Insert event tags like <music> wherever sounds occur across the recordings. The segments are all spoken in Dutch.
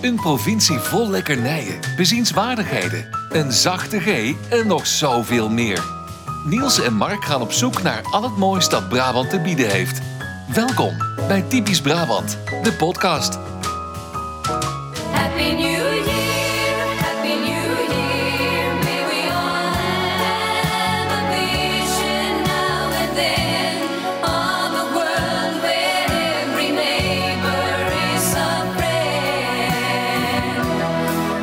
Een provincie vol lekkernijen, bezienswaardigheden, een zachte G en nog zoveel meer. Niels en Mark gaan op zoek naar al het moois dat Brabant te bieden heeft. Welkom bij Typisch Brabant, de podcast. Happy New Year, Happy New Year. May we all have a vision now and then of a world where every neighbor is a friend.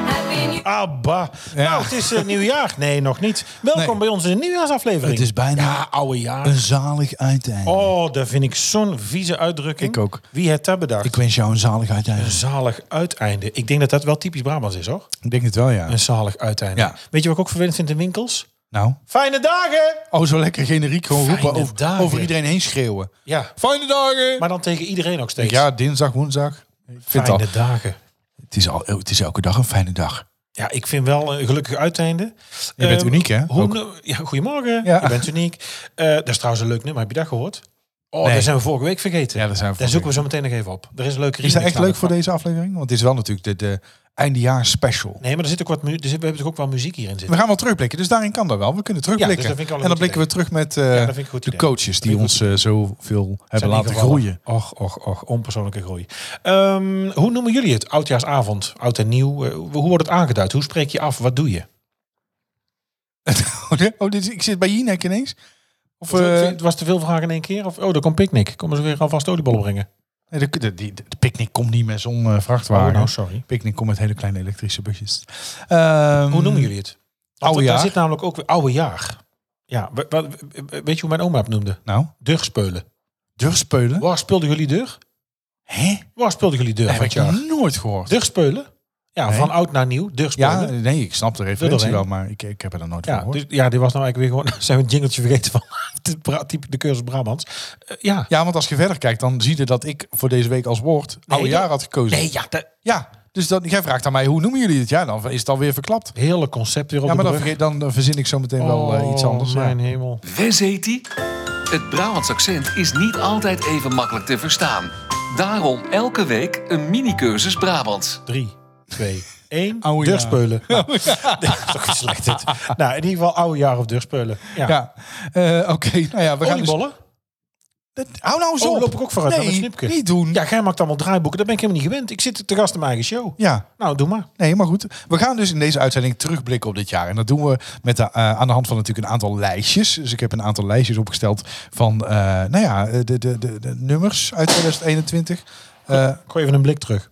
Happy New Abba. Nou, het is het nieuwjaar. Nee, nog niet. Welkom Nee. bij onze nieuwjaarsaflevering. Het is bijna Ja, oude jaar. een zalig uiteinde. Oh, dat vind ik zo'n vieze uitdrukking. Ik ook. Wie heeft dat bedacht? Ik wens jou een zalig Een uiteinde. zalig uiteinde. Ik denk dat dat wel typisch Brabants is, hoor. Ik denk het wel, ja. Een zalig uiteinde. Ja. Weet je wat ik ook vervelend vind in winkels? Nou. Fijne dagen! Oh, zo lekker generiek gewoon Fijne roepen. Over, dagen. over iedereen heen schreeuwen. Ja, Fijne dagen! maar dan tegen iedereen ook steeds. ja, dinsdag, woensdag. Ik vind al, fijne dagen. het, is al, oh, het is elke dag een fijne dag. Ja, ik vind wel een gelukkig uiteinde. Je bent Ehm, uniek, hè? Hoe Ook. no- ja, goedemorgen, Ja. je bent uniek. Eh dat is trouwens een leuk nummer, heb je dat gehoord? Oh, Nee. dat zijn we vorige week vergeten. Ja, dat zijn we Daar vorige zoeken we zo meteen nog even op. Er is een leuke Is dat remix echt leuk namelijk voor van- deze aflevering? Want het is wel natuurlijk de, de eindejaars special. Nee, maar er zit ook wat mu- er zit- we hebben toch ook wel muziek hierin We zitten. gaan wel terugblikken, dus daarin kan dat wel. We kunnen terugblikken. dus dat vind ik wel een en dan goed blikken we terug met eh, dat vind ik een goed de idee. coaches die ons eh, zoveel hebben laten ingevallen. groeien. <laughs> Och, och, och, onpersoonlijke groei. Ehm, hoe noemen jullie het? Oudjaarsavond, oud en nieuw. Eh, hoe wordt het aangeduid? Hoe spreek je af? Wat doe je? oh, dit, is- ik zit bij Jinek ineens. Of, eh, Het was te veel vragen in één keer? Of, oh, daar komt picknick. Komen ze weer alvast Oh, oliebollen brengen? Nee, de, de, die- de picknick komt niet met zo'n eh, vrachtwagen. Oh, nou, sorry. Picknick komt met hele kleine elektrische busjes. Ehm, Hoe noemen jullie het? Want Mm. oude daar jaar. zit namelijk ook weer oude jaar. Ja, wa- wa- weet je hoe mijn oma het noemde? Nou, Deurspeulen. durfspeulen? Waar speelden jullie deur? Hè? Waar speelden jullie deur Dat van heb het ik jaar? nog nooit gehoord. Deurspeulen? Ja, Nee. van oud naar nieuw. ja, eh, Deurspeulen. Ja, nee, ik snap de referentie doorheen. wel, maar ik, ik heb er dan nooit van ja, gehoord. dus, ja, dit was nou eigenlijk weer gewoon... <laughs> Zijn we een jingletje vergeten van <laughs> de, Bra- type- de cursus Brabants? Eh, ja. Ja, want als je verder kijkt, dan zie je dat ik voor deze week als woord oude dat- jaar had gekozen. Nee, ja. dat- Ja, dus dan, jij vraagt aan mij, hoe noemen jullie het? Ja, dan is het alweer verklapt. hele concept weer op Ja, maar de dan, brug. vergeet- dan eh, verzin ik zo meteen wel eh, iets Oh, anders. ja. mijn hemel. Wes heet die? Het Brabants accent is niet altijd even makkelijk te verstaan. Daarom elke week een mini-cursus Brabants. 3, 2, 1. Oude jaar. <laughs> Deurspeulen. Nou, <laughs> dat is toch slecht dit. Nou, in ieder geval oude jaar of deurspeulen. Ja. Ja, Eh, oké. Nou ja, we gaan dus... Oliebollen? Dat- Hou nou zo Oh, op. loop ik ook vooruit Nee, met mijn snipke. niet doen. Ja, jij maakt allemaal draaiboeken. Dat ben ik helemaal niet gewend. Ik zit te gast in mijn eigen show. ja. Nou, doe maar. Nee, maar goed. We gaan dus in deze uitzending terugblikken op dit jaar. En dat doen we met de, eh, aan de hand van natuurlijk een aantal lijstjes. Dus ik heb een aantal lijstjes opgesteld van eh, nou ja, de, de, de, de nummers uit 2021. Eh, Gooi even een blik terug.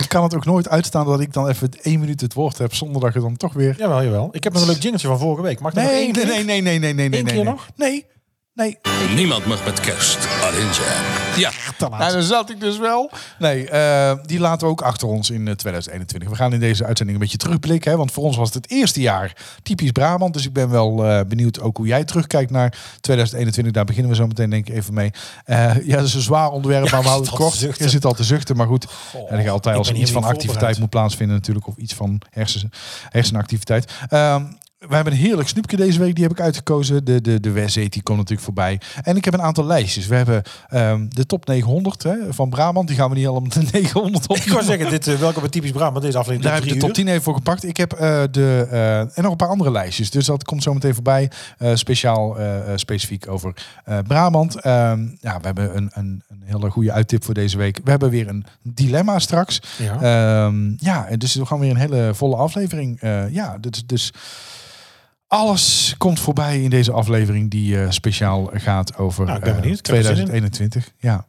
ik kan het ook nooit uitstaan dat ik dan even één minuut het woord heb zonder dat je dan toch weer... Jawel, jawel. Ik heb nog een leuk jingletje van vorige week. Mag ik dat nog Nee, één nee, keer? nee, nee, nee, nee, nee, nee. Eén keer nee. nog? Nee, nee. Niemand mag met kerst alleen zijn. Ja, Te laat. Nou, daar zat ik dus wel. Nee, eh, die laten we ook achter ons in eh, 2021. We gaan in deze uitzending een beetje terugblikken. Hè, want voor ons was het het eerste jaar typisch Brabant. Dus ik ben wel eh, benieuwd ook hoe jij terugkijkt naar 2021. Daar beginnen we zo meteen denk ik even mee. Eh, ja, dat is een zwaar onderwerp, maar we zit houden het al te kort. zuchten. Je zit al te zuchten, maar goed. en ik altijd ik als ben er iets hier van niet activiteit voorbereid. moet plaatsvinden natuurlijk. Of iets van hersen, hersenactiviteit. Ehm, we hebben een heerlijk snoepje deze week, die heb ik uitgekozen. De, de, de West die komt natuurlijk voorbij. En ik heb een aantal lijstjes. We hebben ehm, de top 900 hè, van Brabant, die gaan we niet allemaal de <laughs> 900 op. Ik wou zeggen, dit, eh, welkom bij Typisch Brabant. Deze aflevering Daar heb ik duurt de top drie 10 even voor gepakt. Ik heb eh, de, eh, en nog een paar andere lijstjes. Dus dat komt zo meteen voorbij. Eh, speciaal eh, eh, specifiek over eh, Brabant. Ehm, ja, we hebben een, een, een hele goede uittip voor deze week. We hebben weer een dilemma straks. uur. Ja. Ehm, ja, en dus we gaan weer een hele volle aflevering. Eh, ja, dus, dus alles komt voorbij in deze aflevering die eh, speciaal gaat over Nou, ik ben eh, benieuwd. Ik heb er zin in. 2021. Ja.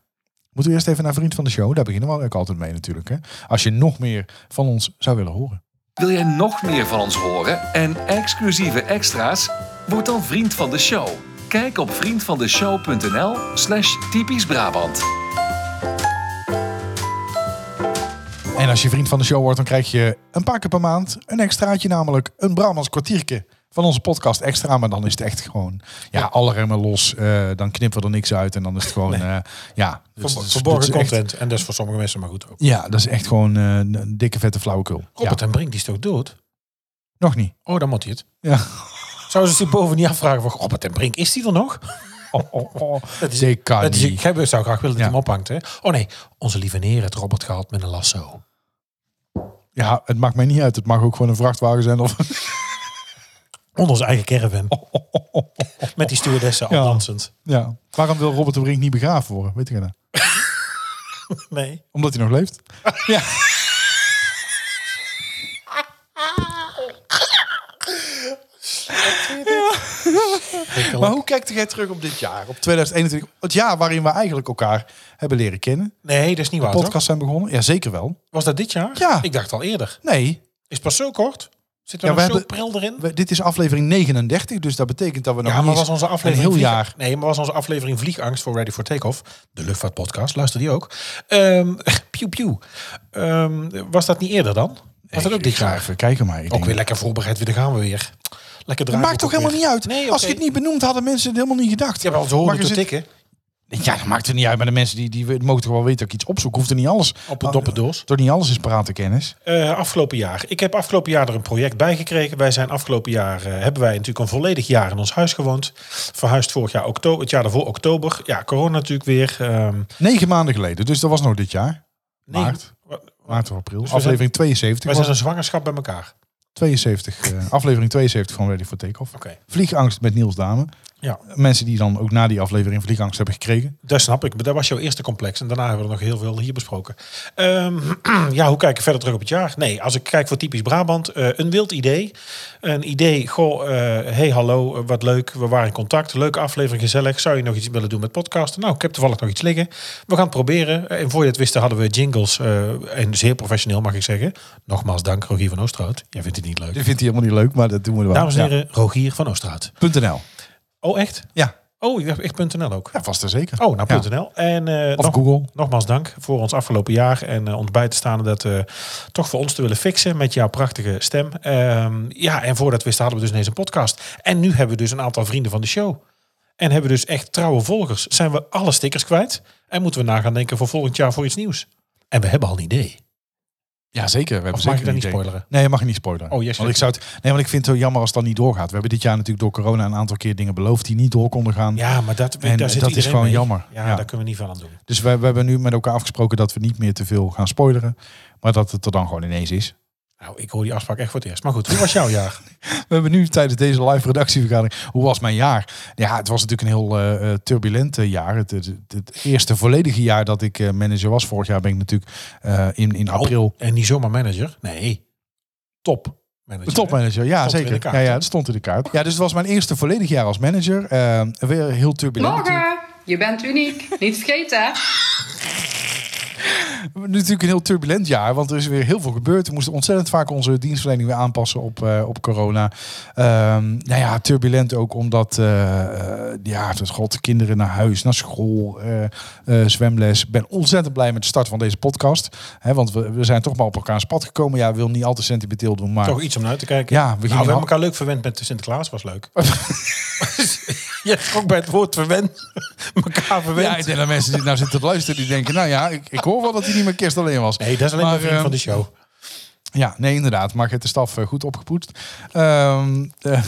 Moeten we eerst even naar Vriend van de Show. Daar beginnen we ook altijd mee natuurlijk. Hè? Als je nog meer van ons zou willen horen. Wil jij nog meer van ons horen en exclusieve extra's? Word dan vriend van de show. Kijk op vriendvandeshow.nl slash typisch Brabant. En als je Vriend van de Show wordt, dan krijg je een paar keer per maand een extraatje. Namelijk een Brabants kwartiertje van onze podcast extra. Maar dan is het echt gewoon, ja, alle remmen los. Eh, dan knippen we er niks uit en dan is het gewoon, eh, ja. het is- het is- het Verborgen is echt- content. En dat is voor sommige mensen maar goed ook. Ja, dat is echt gewoon eh, een dikke vette flauwekul. Ja, Robert en Brink, die is toch dood? nog niet. Oh, dan moet hij het. Ja. Zou ze zich boven niet afvragen van Robert en Brink, is die er nog? oh, oh, <laughs> oh. Dat is, Dit kan dat is, ik niet. heb- zou graag willen dat Ja. hij hem ophangt. Hè? Oh nee, onze lieve neer heeft Robert gehaald met een lasso. Ja, het maakt mij niet uit. Het mag ook gewoon een vrachtwagen zijn. Of... <laughs> Onder onze eigen caravan. Met die stewardessen al Ja. dansend. Ja. Waarom wil Robert de Brink niet begraven worden? Weet ik het nou? Nee. Omdat hij nog leeft. Ja. Maar hoe kijkt jij terug op dit jaar? Op 2021, het jaar waarin we eigenlijk elkaar hebben leren kennen. Nee, dat is niet waar. toch? Podcasts zijn begonnen. Ja, zeker wel. Was dat dit jaar? Ja. Ik dacht al eerder. Nee, Is pas zo kort? Zit er Ja, nog we zo'n hebben- pril erin? we- dit is aflevering 39, dus dat betekent dat we nog ja, maar niet was eens onze aflevering een heel Vlieg- jaar. Nee, maar was onze aflevering Vliegangst voor Ready for Takeoff, de luchtvaartpodcast, luister die ook. Ehm <laughs> piu piu. Ehm, was dat niet eerder dan? Was dat ook dit Ik ga jaar? even kijken, maar ik Ook denk- weer lekker voorbereid, weer daar gaan we weer. Lekker Het draaien. maakt toch helemaal niet uit. Nee, Als je het niet benoemd hadden mensen het helemaal niet gedacht. Je hebt al te horen Maar te je zit- tikken Ja, dat maakt er niet uit. Maar de mensen die, die mogen toch wel weten dat ik iets opzoek. Hoeft er niet alles. op een doppendoos. Toch niet alles is parate kennis. Eh, afgelopen jaar. Ik heb afgelopen jaar er een project bij gekregen. Wij zijn afgelopen jaar eh, hebben wij natuurlijk een volledig jaar in ons huis gewoond. Verhuisd vorig jaar oktober, het jaar daarvoor oktober. Ja, corona natuurlijk weer. ehm, Negen maanden geleden. Dus dat was nog dit jaar. nee, Maart. wa- Maart of april. Dus we aflevering 72 Wij was zijn een zwangerschap bij elkaar. <laughs> 72. eh, aflevering 72 van Ready for Takeoff. Oké. Vliegangst met Niels Damen. Ja. Mensen die dan ook na die aflevering Vliegangst hebben gekregen. Dat snap ik, maar dat was jouw eerste complex. En daarna hebben we er nog heel veel hier besproken. Ehm, <clears throat> ja, hoe kijk ik verder terug op het jaar? Nee, als ik kijk voor typisch Brabant, eh, een wild idee. Een idee, goh, eh, hey hallo, eh, wat leuk, we waren in contact. Leuke aflevering, gezellig. Zou je nog iets willen doen met podcasten? Nou, ik heb toevallig nog iets liggen. We gaan het proberen. Eh, En voor je het wist hadden we jingles. eh, en zeer professioneel mag ik zeggen. Nogmaals dank, Rogier van Oosterhout. Jij vindt het niet leuk. Dit vindt hij helemaal niet leuk, maar dat doen we wel. Dames en heren, Rogier van Oosterhout. Ja. .nl. Oh, echt? Ja. Oh, ik dacht echt .nl ook. ja, vast en zeker. Oh, naar Ja. .nl. En, eh, Of nog- Google. Nogmaals dank voor ons afgelopen jaar en eh, ons bij te staan en dat eh, toch voor ons te willen fixen met jouw prachtige stem. Ehm, ja, en voordat we wisten hadden we dus ineens een podcast. En nu hebben we dus een aantal vrienden van de show. En hebben we dus echt trouwe volgers. Zijn we alle stickers kwijt en moeten we na gaan denken voor volgend jaar voor iets nieuws. En we hebben al een idee. Ja, zeker. We hebben Of mag zeker ik dat een niet idee. spoileren? Nee, je mag niet spoileren. Oh, yes, want ik zou het, nee, want ik vind het zo jammer als het dan niet doorgaat. We hebben dit jaar natuurlijk door corona een aantal keer dingen beloofd die niet door konden gaan. Ja, maar dat, En daar zit dat is iedereen gewoon mee. jammer. Ja, Ja. daar kunnen we niet veel aan doen. Dus we, we hebben nu met elkaar afgesproken dat we niet meer te veel gaan spoileren. Maar dat het er dan gewoon ineens is. Nou, ik hoor die afspraak echt voor het eerst. Maar goed, hoe was jouw jaar? We hebben nu tijdens deze live redactievergadering. Hoe was mijn jaar? Ja, het was natuurlijk een heel eh, eh, turbulent eh, jaar. Het, het, het eerste volledige jaar dat ik eh, manager was. Vorig jaar ben ik natuurlijk eh, in, in <laughs> april. En niet zomaar manager. Nee, top manager. De topmanager, ja Stond er in zeker. de kaart, ja, ja, hè? dat stond in de kaart. Ja, dus het was mijn eerste volledig jaar als manager. Eh, weer heel turbulent. Morgen! Je bent uniek. Niet vergeten, hè? natuurlijk een heel turbulent jaar, want er is weer heel veel gebeurd. We moesten ontzettend vaak onze dienstverlening weer aanpassen op, eh, op corona. Ehm, nou ja, turbulent ook omdat, eh, eh, ja, het god, kinderen naar huis, naar school, eh, eh, zwemles. Ik ben ontzettend blij met de start van deze podcast. Hè, want we, we zijn toch maar op elkaars pad gekomen. Ja, ik wil niet al te sentimenteel doen, maar... Toch iets om naar uit te kijken. Ja, we we, nou, we gingen hebben al- elkaar leuk verwend met de Sinterklaas, was leuk. <laughs> Je schrok bij het woord verwend. <laughs> elkaar verwend. Ja, ik denk dat mensen die nou zitten te luisteren, die denken... nou ja, ik, ik hoor wel dat hij niet meer kerst alleen was. nee, dat is alleen maar, Maar, een vriend ehm, van de show. Ja, nee, inderdaad. Margret de Staf eh, goed opgepoetst. Ehm, eh,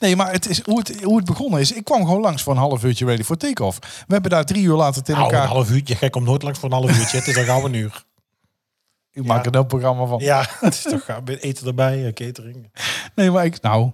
<laughs> nee, maar het is, hoe, het, hoe het begonnen is. Ik kwam gewoon langs voor een half uurtje ready for take-off. We hebben daar drie uur later tegen Nou, een elkaar... half uurtje. Gek om nooit langs voor een half uurtje. Het is al gauw een <laughs> uur. Ik maak er een programma van. Ja, het is toch gaaf. Met Eten erbij, eh, catering. Nee, maar ik... Nou,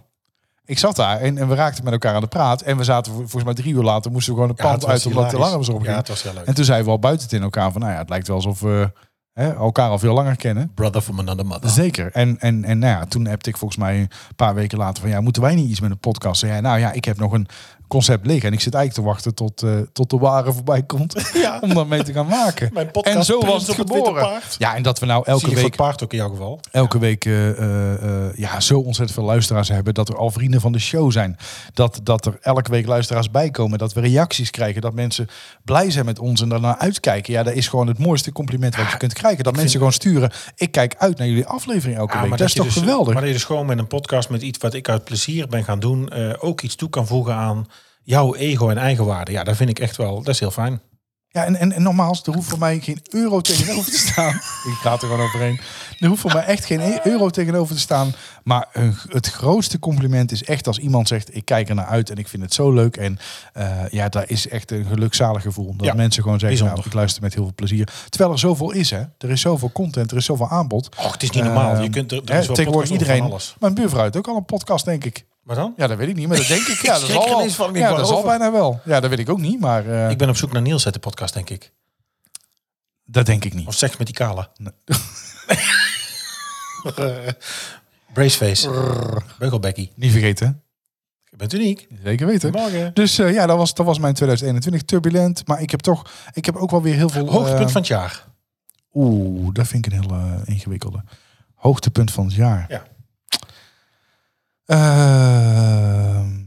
ik zat daar en, en we raakten met elkaar aan de praat. En we zaten vol- volgens mij drie uur later... moesten we gewoon een Ja, pand het was uit omdat de hilarisch. alarms opgingen. Ja, het was heel leuk. en toen zeiden we al buiten tegen elkaar van... Nou ja, het lijkt wel alsof we hè, elkaar al veel langer kennen. Brother from another mother. Zeker. En, en, en nou ja, toen heb ik volgens mij een paar weken later van ja, moeten wij niet iets met een podcast? Zei jij, nou ja, ik heb nog een concept liggen en ik zit eigenlijk te wachten tot, eh, tot de ware voorbij komt <laughs> Ja. om daarmee te gaan maken. Mijn podcast en zo Prins was het op het witte geboren. paard. Ja, en dat we nou Elke elke week. week, paard ook in jouw geval. elke week eh, eh, eh, ja, zo ontzettend veel luisteraars hebben dat er al vrienden van de show zijn. Dat, dat er elke week luisteraars bij komen, dat we reacties krijgen, dat mensen blij zijn met ons en daarna uitkijken. Ja, dat is gewoon het mooiste compliment wat je kunt krijgen. Dat mensen gewoon sturen, ik kijk uit naar jullie aflevering elke Ja, week. maar Dat, is je toch dus- geweldig? Maar dat je dus gewoon met een podcast met iets wat ik uit plezier ben gaan doen, eh, ook iets toe kan voegen aan jouw ego en eigenwaarde. Ja, dat vind ik echt wel, dat is heel fijn. Ja, en, en, en nogmaals, er hoeft voor mij geen euro tegenover te staan. <laughs> Ik ga er gewoon overheen. Er hoeft voor mij echt geen e- euro tegenover te staan. Maar een g- het grootste compliment is echt als iemand zegt... ik kijk er naar uit en ik vind het zo leuk. En eh, ja, dat is echt een gelukzalig gevoel. Dat Ja, mensen gewoon zeggen, bijzonder. nou, ik luister met heel veel plezier. Terwijl er zoveel is, hè. Er is zoveel content, er is zoveel aanbod. Och, het is niet normaal. Je Ehm, kunt er- er hè, is wel tegenwoordig podcast over iedereen... van alles. Mijn buurvrouw heeft ook al een podcast, denk ik. Maar dan? Ja, dat weet ik niet, maar dat <laughs> denk ik. Ja, dat schrik zal, er wel. ineens van, ik ja, wou dat zal over. bijna wel. Ja, dat weet ik ook niet, maar eh, Ik ben op zoek naar Niels uit de podcast, denk ik. dat denk ik niet. Of seks met die kale. <laughs> Braceface. Beugelbekkie. Niet vergeten. hè? Je bent uniek. Zeker weten. Morgen. Dus eh, ja, dat was, dat was mijn 2021 turbulent. Maar ik heb toch, ik heb ook wel weer heel veel. Hoogtepunt eh, van het jaar. Oeh, dat vind ik een heel eh, ingewikkelde. Hoogtepunt van het jaar. Ja. Ehm,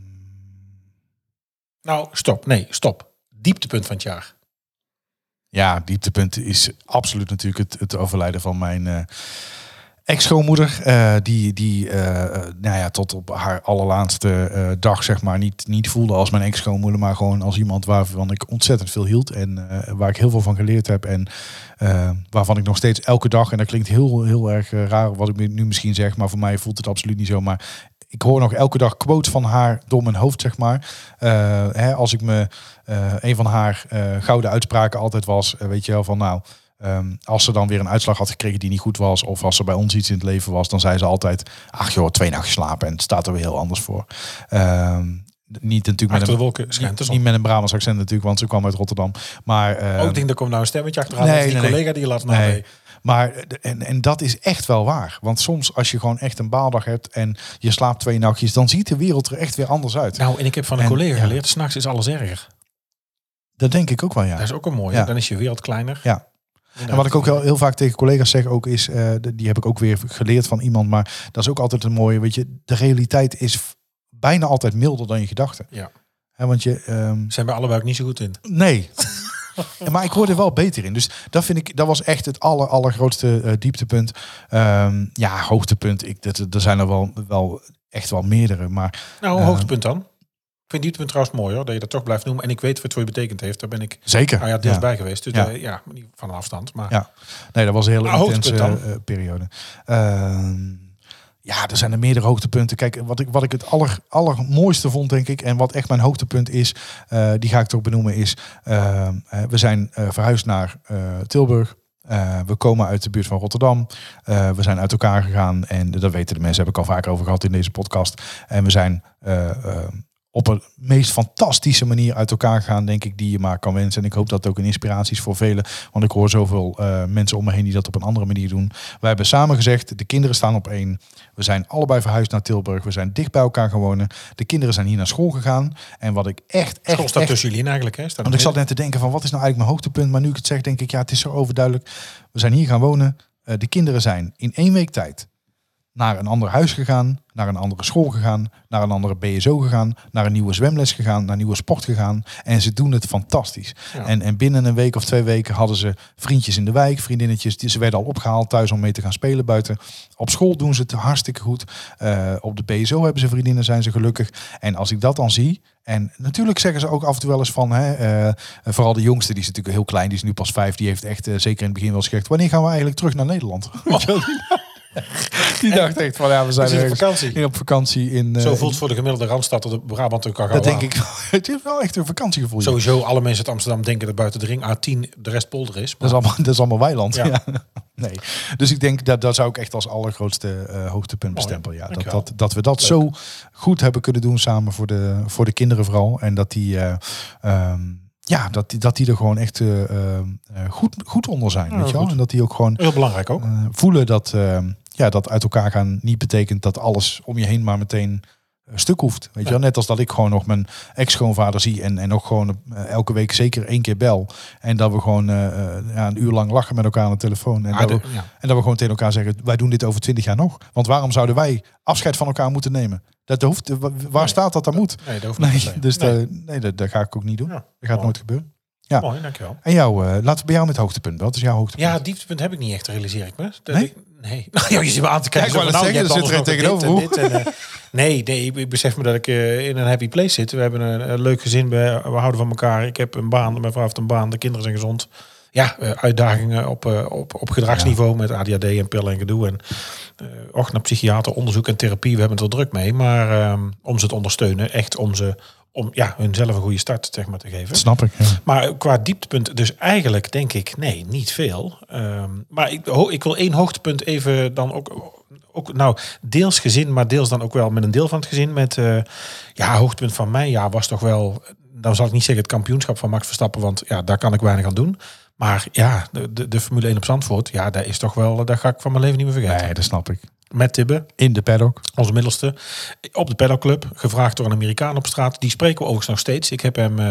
Nou, stop. Nee, stop. Dieptepunt van het jaar. ja, dieptepunt is absoluut natuurlijk het, het overlijden van mijn eh, ex-schoonmoeder. eh, die die eh, eh, nou ja, tot op haar allerlaatste eh, dag zeg maar, niet, niet voelde als mijn ex-schoonmoeder. Maar gewoon als iemand waarvan ik ontzettend veel hield. En eh, waar ik heel veel van geleerd heb. En eh, waarvan ik nog steeds elke dag, en dat klinkt heel, heel erg eh, raar wat ik nu misschien zeg. Maar voor mij voelt het absoluut niet zo. Maar ik hoor nog elke dag quotes van haar door mijn hoofd, zeg maar. Eh, hè, als ik me eh, een van haar eh, gouden uitspraken altijd was, eh, weet je wel, van nou, ehm, als ze dan weer een uitslag had gekregen die niet goed was, of als er bij ons iets in het leven was, dan zei ze altijd, ach joh, twee nachten slapen en het staat er weer heel anders voor. Ehm, niet natuurlijk met Achter de een, wolken schijnt de niet, zon. niet met een Brabants accent natuurlijk, want ze kwam uit Rotterdam. Maar ehm, Oh, ik denk, er komt nou een stemmetje achteraan. Nee, dat is die nee, nee. collega die je laat na. Nee. Maar eh, de- en, en dat is echt wel waar. Want soms als je gewoon echt een baaldag hebt en je slaapt twee nachtjes, dan ziet de wereld er echt weer anders uit. Nou, en ik heb van een En, collega ja. geleerd, s'nachts is alles erger. dat denk ik ook wel, ja. Dat is ook een mooie. Ja. Dan is je wereld kleiner. Ja. En wat ik ook heel, heel vaak tegen collega's zeg ook is, eh, de- die heb ik ook weer geleerd van iemand, maar dat is ook altijd een mooie, weet je, de realiteit is f- bijna altijd milder dan je gedachten. Ja. Hè, want je, ehm, Zijn we allebei ook niet zo goed in. Nee. maar ik word er wel beter in. Dus dat vind ik, dat was echt het aller, allergrootste eh, dieptepunt. Ehm, ja, hoogtepunt. Ik, dat, er zijn er wel, wel echt wel meerdere. Maar Nou, Eh. hoogtepunt dan. Ik vind dieptepunt trouwens mooi hoor, dat je dat toch blijft noemen. En ik weet wat het voor je betekend heeft. Daar ben ik zeker. nou ja, deels bij geweest. Dus Ja. ja. ja, niet van een afstand. Maar Ja. Nee, dat was een hele Ah, intense hoogtepunt eh, periode. Ehm, ja, er zijn er meerdere hoogtepunten. Kijk, wat ik, wat ik het aller, allermooiste vond, denk ik, en wat echt mijn hoogtepunt is, eh, die ga ik toch benoemen, is ehm, eh, we zijn eh, verhuisd naar eh, Tilburg. Eh, we komen uit de buurt van Rotterdam. Eh, we zijn uit elkaar gegaan en dat weten de mensen, heb ik al vaker over gehad in deze podcast. En we zijn eh, eh, op een meest fantastische manier uit elkaar gegaan, denk ik, die je maar kan wensen. En ik hoop dat het ook een inspiratie is voor velen. Want ik hoor zoveel eh, mensen om me heen die dat op een andere manier doen. Wij hebben samen gezegd, de kinderen staan op één. We zijn allebei verhuisd naar Tilburg. We zijn dicht bij elkaar gaan wonen. De kinderen zijn hier naar school gegaan. En wat ik echt, echt, school staat echt tussen jullie in eigenlijk. Hè? Staat want ik in zat net te denken van wat is nou eigenlijk mijn hoogtepunt. Maar nu ik het zeg, denk ik, ja, het is zo overduidelijk. We zijn hier gaan wonen. Eh, de kinderen zijn in één week tijd naar een ander huis gegaan, naar een andere school gegaan, naar een andere BSO gegaan, naar een nieuwe zwemles gegaan, naar nieuwe sport gegaan. En ze doen het fantastisch. Ja. En, en binnen een week of twee weken hadden ze vriendjes in de wijk, vriendinnetjes. Die- Ze werden al opgehaald thuis om mee te gaan spelen buiten. Op school doen ze het hartstikke goed. Eh, op de BSO hebben ze vriendinnen, zijn ze gelukkig. En als ik dat dan zie, en natuurlijk zeggen ze ook af en toe wel eens van, hè, eh, vooral de jongste, die is natuurlijk heel klein, die is nu pas vijf, die heeft echt eh, zeker in het begin wel eens gezegd, wanneer gaan we eigenlijk terug naar Nederland? <laughs> die dacht echt van, ja, we zijn zitten op ergens vakantie. hier op vakantie in... eh, Zo voelt voor de gemiddelde Randstad de Brabant ook al gauw dat aan. denk ik, wel. <laughs> het is wel echt een vakantiegevoel. hier. Sowieso, alle mensen uit Amsterdam denken dat buiten de ring A10 de rest polder is. Dat Maar is allemaal, dat is allemaal weiland. <laughs> Ja. Ja. Nee. Dus ik denk dat dat zou ik echt als allergrootste eh, hoogtepunt bestempelen. Ja, dat, dankjewel. dat, dat we dat zo goed hebben kunnen doen samen voor de, voor de kinderen vooral. En dat die, eh, ehm, ja, dat die, dat die er gewoon echt eh, ehm, eh, goed, goed onder zijn. weet je wel? goed. En dat die ook gewoon heel belangrijk ook. eh, voelen dat, ehm, ja, dat uit elkaar gaan niet betekent dat alles om je heen maar meteen eh, stuk hoeft. Weet je wel? Net als dat ik gewoon nog mijn ex-schoonvader zie en, en nog gewoon eh, elke week zeker één keer bel. En dat we gewoon eh, eh, ja, een uur lang lachen met elkaar aan de telefoon. En, Ah, dat de- we, ja. en dat we gewoon tegen elkaar zeggen, wij doen dit over twintig jaar nog. Want waarom zouden wij afscheid van elkaar moeten nemen? Dat hoeft, wa- waar staat dat dan moet? Nee, dat hoeft niet per Nee, se. dus Nee. dat- nee, dat, dat ga ik ook niet doen. Ja, Dat gaat mooi. nooit gebeuren. Ja. Mooi, dankjewel. En jou, eh, laten we bij jou met hoogtepunt. Wat is jouw hoogtepunt? Ja, dieptepunt heb ik niet echt, realiseer ik me. Dat Nee? Ik, nee. <laughs> Nou, joh, je zit me aan te kijken. Ja, ik zo wou net van, nou, je zeggen, er hebt zit er alles een nog dit en tegenover. dit en, eh, Nee, nee, ik, ik besef me dat ik eh, in een happy place zit. We hebben een, een leuk gezin, we, we houden van elkaar. Ik heb een baan, mijn vrouw heeft een baan, de kinderen zijn gezond. Ja, eh, uitdagingen op, eh, op, op gedragsniveau met ADHD en pillen en gedoe. En eh och, naar psychiater, onderzoek en therapie, we hebben het er druk mee. Maar ehm, om ze te ondersteunen, echt om ze om ja, hunzelf een goede start zeg maar, te geven. Dat snap ik. Ja. Maar qua dieptepunt, dus eigenlijk denk ik, nee, niet veel. Ehm, maar ik, ho- ik wil één hoogtepunt even dan ook, ook, nou, deels gezin, maar deels dan ook wel met een deel van het gezin. Met, eh, ja, hoogtepunt van mijn jaar was toch wel, dan zal ik niet zeggen het kampioenschap van Max Verstappen, want ja, daar kan ik weinig aan doen. Maar ja, de, de, de Formule 1 op Zandvoort, ja, daar is toch wel, daar ga ik van mijn leven niet meer vergeten. Nee, dat snap ik. Met Tibbe, In de paddock. onze middelste, op de pedalclub, gevraagd door een Amerikaan op straat. Die spreken we overigens nog steeds. Ik heb hem, eh,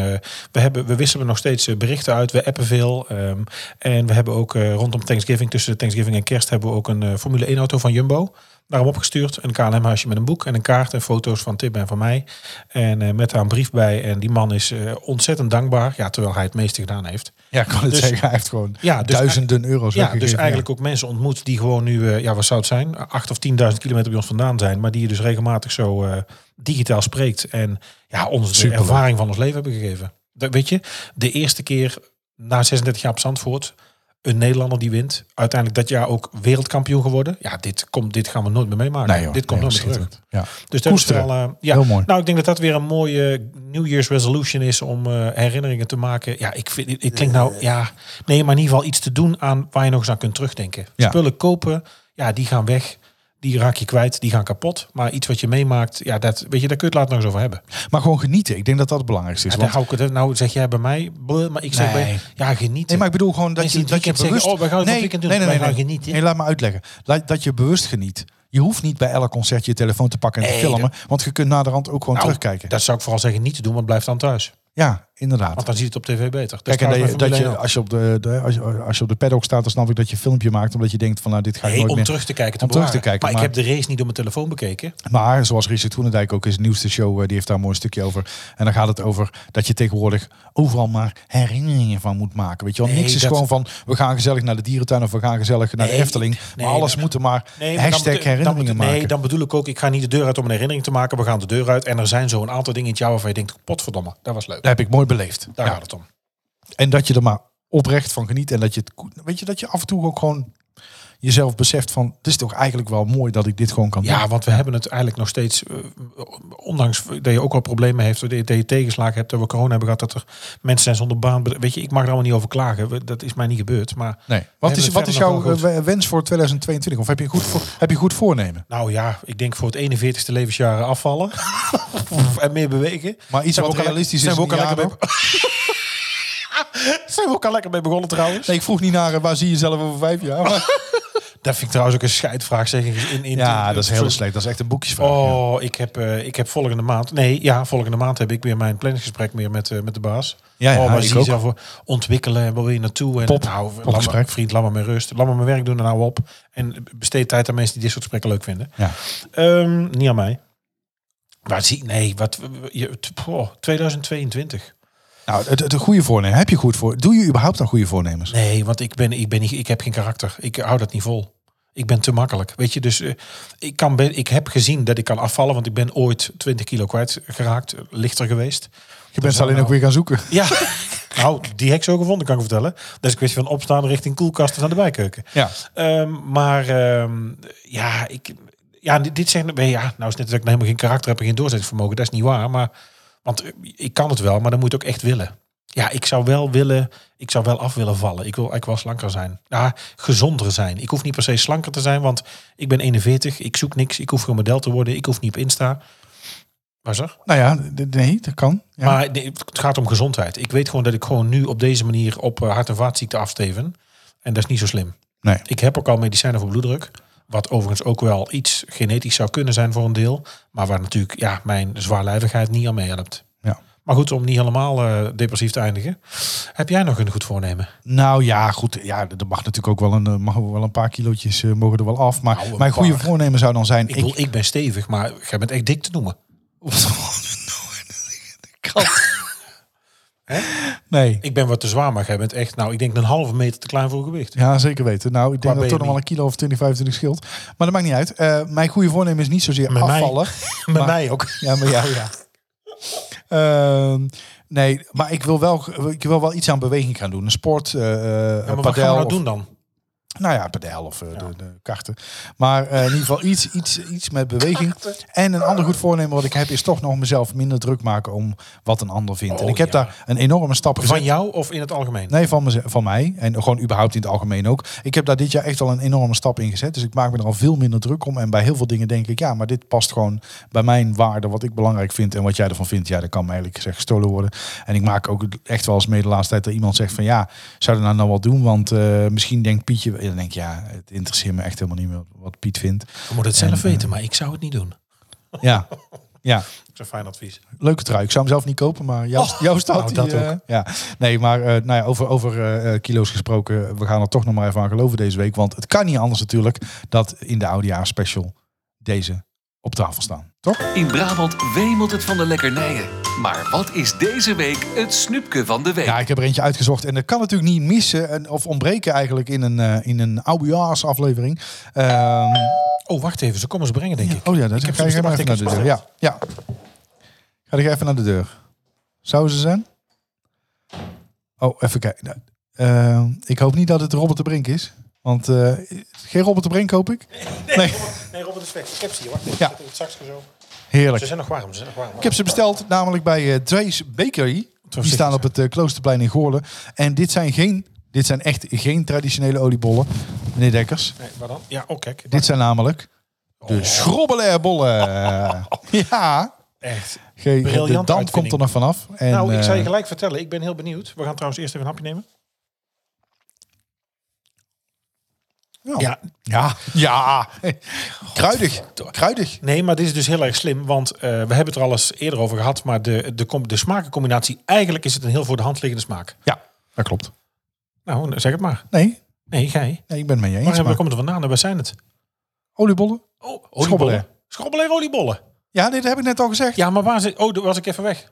we, hebben, we wisselen nog steeds eh, berichten uit, we appen veel. ehm, en we hebben ook eh, rondom Thanksgiving, tussen Thanksgiving en kerst, hebben we ook een eh, Formule 1 auto van Jumbo. Daarom opgestuurd, een KLM-huisje met een boek en een kaart en foto's van Tib en van mij. En eh, met daar een brief bij. En die man is eh, ontzettend dankbaar, ja, terwijl hij het meeste gedaan heeft. Ja, ik kan het Dus- zeggen. Hij heeft gewoon Ja, dus- duizenden euro's Ja, weggegeven. dus eigenlijk ook mensen ontmoet die gewoon nu, eh, ja, wat zou het zijn, acht of 10.000 kilometer bij ons vandaan zijn, maar die je dus regelmatig zo eh, digitaal spreekt en ja, ons de Superleuk. ervaring van ons leven hebben gegeven. Dat, weet je, de eerste keer na 36 jaar op Zandvoort, een Nederlander die wint, uiteindelijk dat jaar ook wereldkampioen geworden. Ja, dit, komt, dit gaan we nooit meer meemaken. Nee, joh. dit komt Nee, nooit meer terug. schitterend. Ja. Dus dat is Koesteren. wel, eh, ja. Heel mooi. Nou, ik denk dat dat weer een mooie New Year's resolution is om eh, herinneringen te maken. Ja, ik vind, ik, ik klink nou, ja, nee, maar in ieder geval iets te doen aan waar je nog eens aan kunt terugdenken. Ja. Spullen kopen, ja, die gaan weg, die raak je kwijt, die gaan kapot. Maar iets wat je meemaakt, ja, dat weet je, daar kun je het later nog eens over hebben. Maar gewoon genieten. Ik denk dat dat het belangrijkste is. Ja, daar want- hou ik het. Nou, zeg jij bij mij, bleh, maar ik zeg Nee. bij, ja, genieten. Nee, maar ik bedoel gewoon dat Mensen je, die dat het je weekend bewust... zeggen, oh, we gaan het op weekend doen, wij gaan genieten. Nee, laat me uitleggen. Laat, dat je bewust geniet. Je hoeft niet bij elk concert je telefoon te pakken en Nee, te filmen. Want je kunt naderhand ook gewoon Nou, terugkijken. Dat zou ik vooral zeggen, niet te doen, want blijf dan thuis. ja, inderdaad. Want dan ziet het op tv beter. Dus Kijk, en trouwens dat je, bij Formule dat 1 je, ook. als, je op de, de- als, je, als je op de paddock staat, dan snap ik dat je een filmpje maakt. Omdat je denkt van, nou, dit ga ik Nee, nooit om meer... terug te kijken, te om terug te bewaren. kijken, maar ik maar- heb de race niet door mijn telefoon bekeken. Maar zoals Richard Groenendijk ook in zijn nieuwste show, eh, die heeft daar een mooi stukje over. En dan gaat het over dat je tegenwoordig overal maar herinneringen van moet maken. Weet je wel, Nee, niks is dat- gewoon van we gaan gezellig naar de dierentuin of we gaan gezellig naar Nee, de Efteling. nee, maar alles dat- moet er maar Nee, maar dan hashtag bedo- dan herinneringen bedo- maken. Nee, dan bedoel ik ook, ik ga niet de deur uit om een herinnering te maken. We gaan de deur uit en er zijn zo'n aantal dingen in het jaar waarvan je denkt, potverdomme, dat was leuk. Dat heb ik mooi beleefd. Daar Ja. gaat het om. En dat je er maar oprecht van geniet. En dat je, het, ko- weet je, dat je af en toe ook gewoon jezelf beseft van het is toch eigenlijk wel mooi dat ik dit gewoon kan doen. Ja, want we hebben het eigenlijk nog steeds, eh, ondanks dat je ook al problemen heeft, dat je- dat je tegenslagen hebt, dat we corona hebben gehad, dat er mensen zijn zonder baan. Weet je, ik mag er allemaal niet over klagen. We- Dat is mij niet gebeurd. Maar Nee. we Wat is, hebben wat het is verder nog jouw wel goed. eh, wens voor 2022? Of heb je een goed, voor, heb je een goed voornemen? Nou ja, ik denk voor het 41ste levensjaar afvallen <laughs> en meer bewegen. Maar iets Zijn we wat ook al- realistisch zijn is. we ook in al een lekker jaar mee- <laughs> Zijn we ook al lekker mee begonnen trouwens. Nee, ik vroeg niet naar eh, waar zie je jezelf over vijf jaar. <laughs> maar- Dat vind ik trouwens ook een scheidvraag. Zeg, in, in, in- ja, in- dat is heel slecht. Dat is echt een boekjesvraag. ja. Oh, ik, heb, eh, ik heb volgende maand. Nee, ja, volgende maand heb ik weer mijn planningsgesprek meer met, eh, met de baas. Ja, ja, oh, maar ik zie ook. jezelf voor ontwikkelen en waar wil je naartoe? En Pop. nou, laat me, Popgesprek. vriend, laat me mijn rust. Laat me mijn werk doen en hou op. En besteed tijd aan mensen die dit soort gesprekken leuk vinden. Ja. Ehm, niet aan mij. Maar zie, nee, wat, je, oh, 2022. Nou, het, het, het goede voornemen. Heb je goed voor? Doe je überhaupt aan goede voornemens? Nee, want ik, ben, ik, ben niet, ik heb geen karakter. Ik hou dat niet vol. Ik ben te makkelijk. Weet je, dus eh, ik, kan be- ik heb gezien dat ik kan afvallen, want ik ben ooit 20 kilo kwijtgeraakt, eh, lichter geweest. je bent alleen ook weer gaan zoeken. Ja, <laughs> nou, die hek zo gevonden, kan ik je vertellen. Dat is een kwestie van opstaan richting koelkasten naar de bijkeuken. Ja. Ehm, maar ehm, ja, ik, ja, dit, dit zijn, nee, ja, nou is net dat ik helemaal geen karakter heb en geen doorzettingsvermogen. Dat is niet waar, maar want eh, ik kan het wel, maar dan moet je het ook echt willen. Ja, ik zou wel willen, ik zou wel af willen vallen. Ik wil eigenlijk wel slanker zijn. Ja, gezonder zijn. Ik hoef niet per se slanker te zijn, want ik ben 41, ik zoek niks, ik hoef geen model te worden, ik hoef niet op Insta. Was er? Nou ja, d- nee, dat kan. Ja. Maar nee, het gaat om gezondheid. Ik weet gewoon dat ik gewoon nu op deze manier op eh, hart- en vaatziekten afsteven. En dat is niet zo slim. nee. Ik heb ook al medicijnen voor bloeddruk. Wat overigens ook wel iets genetisch zou kunnen zijn voor een deel. Maar waar natuurlijk ja, mijn zwaarlijvigheid niet aan meehelpt. Ja. Maar goed, om niet helemaal eh, depressief te eindigen. Heb jij nog een goed voornemen? Nou ja, goed. Ja, er mag natuurlijk ook wel een, eh, mag wel een paar kilootjes eh, mogen er wel af. Maar Nou, een mijn goede paar. voornemen zou dan zijn. Ik, <laughs> <laughs> bedoel, ik ben stevig, maar jij bent echt dik te noemen. kan. Nee. Ik ben wat te zwaar, maar jij bent echt, nou, ik denk een halve meter te klein voor uw gewicht. Ja, zeker weten. Nou, ik denk dat het toch BMI. nog wel een kilo of 20, 25 scheelt. Maar dat maakt niet uit. Eh, mijn goede voornemen is niet zozeer Met mij. afvallen. <laughs> Met Maar- mij ook. <laughs> Ja, maar ja, <laughs> ja. Ehm, nee, maar ik wil, wel, ik wil wel iets aan beweging gaan doen. Een sport, eh eh, Ja, maar wat gaan we padel. nou of- doen dan? Nou ja, padel of eh, de, de karten. Maar eh, in ieder geval iets, iets, iets met beweging. En een ander goed voornemen wat ik heb is toch nog mezelf minder druk maken om wat een ander vindt. en Oh, ik ja. heb daar een enorme stap gezet. Van jou of in het algemeen? Nee, van, meze- van mij. En gewoon überhaupt in het algemeen ook. Ik heb daar dit jaar echt al een enorme stap in gezet. Dus ik maak me er al veel minder druk om. En bij heel veel dingen denk ik, ja, maar dit past gewoon bij mijn waarde. Wat ik belangrijk vind en wat jij ervan vindt. Ja, dat kan me eigenlijk gezegd gestolen worden. En ik maak ook echt wel eens mee de laatste tijd dat iemand zegt van ja, zou je dat nou wel doen? Want eh, misschien denkt Pietje, en dan denk ik, ja, het interesseert me echt helemaal niet meer wat Piet vindt. Je moet het En, zelf eh, weten, maar ik zou het niet doen. Ja. Ja, Dat is een fijn advies. leuke trui. Ik zou hem zelf niet kopen, maar jou, jou staat nou, dat die, eh, ja. Nee, maar eh, nou ja, over, over eh, kilo's gesproken. We gaan er toch nog maar even aan geloven deze week. Want het kan niet anders natuurlijk dat in de oudejaars special deze op tafel staan. Toch? In Brabant wemelt het van de lekkernijen. Maar wat is deze week het snoepje van de week? Ja, ik heb er eentje uitgezocht. En dat kan natuurlijk niet missen en, of ontbreken eigenlijk in een, eh, in een oudejaars aflevering. Ehm, Oh, wacht even, ze komen ze brengen, denk ik. oh ja, dat heb ze ga ik even naar bestemd, de ik heb ze deur. Ja, ja. Ga ik even naar de deur. Zou ze zijn? Oh, even kijken. Nou, ehm, ik hoop niet dat het Robert de Brink is. Want eh, geen Robert de Brink hoop ik. Nee. Nee, Robert is weg. Ik heb ze hier, wacht even. Ja. Ik zet het zakje zo. Heerlijk. Ze zijn nog warm, ze zijn nog warm. Ik heb ze besteld namelijk bij eh Drees Bakery. Die voorzichtig staan op zijn. het eh, Kloosterplein in Goorlen. En dit zijn geen, dit zijn echt geen traditionele oliebollen, meneer Dekkers. Nee, waar dan? Ja, oh kijk. Dit zijn namelijk de schrobbelairbollen. Ja. Echt. Ge- Briljant de damp komt er uitvinding. nog vanaf. En, nou, ik zou je eh, gelijk vertellen, ik ben heel benieuwd. We gaan trouwens eerst even een hapje nemen. Ja, Ja, ja. Kruidig. Kruidig. nee, maar dit is dus heel erg slim, want eh, we hebben het er al eens eerder over gehad, maar de, de, com- de smakencombinatie, eigenlijk is het een heel voor de hand liggende smaak. Ja, dat klopt. Nou, zeg het maar. Nee, Nee, gij. nee ik ben het met je Waar eens. hebben- Maar waar komt het vandaan en waar zijn het? oliebollen? Oh, Schrobbelen. Schrobbelen oliebollen. Ja, nee, dat heb ik net al gezegd. Ja, maar waar zit... Oh, daar was ik even weg.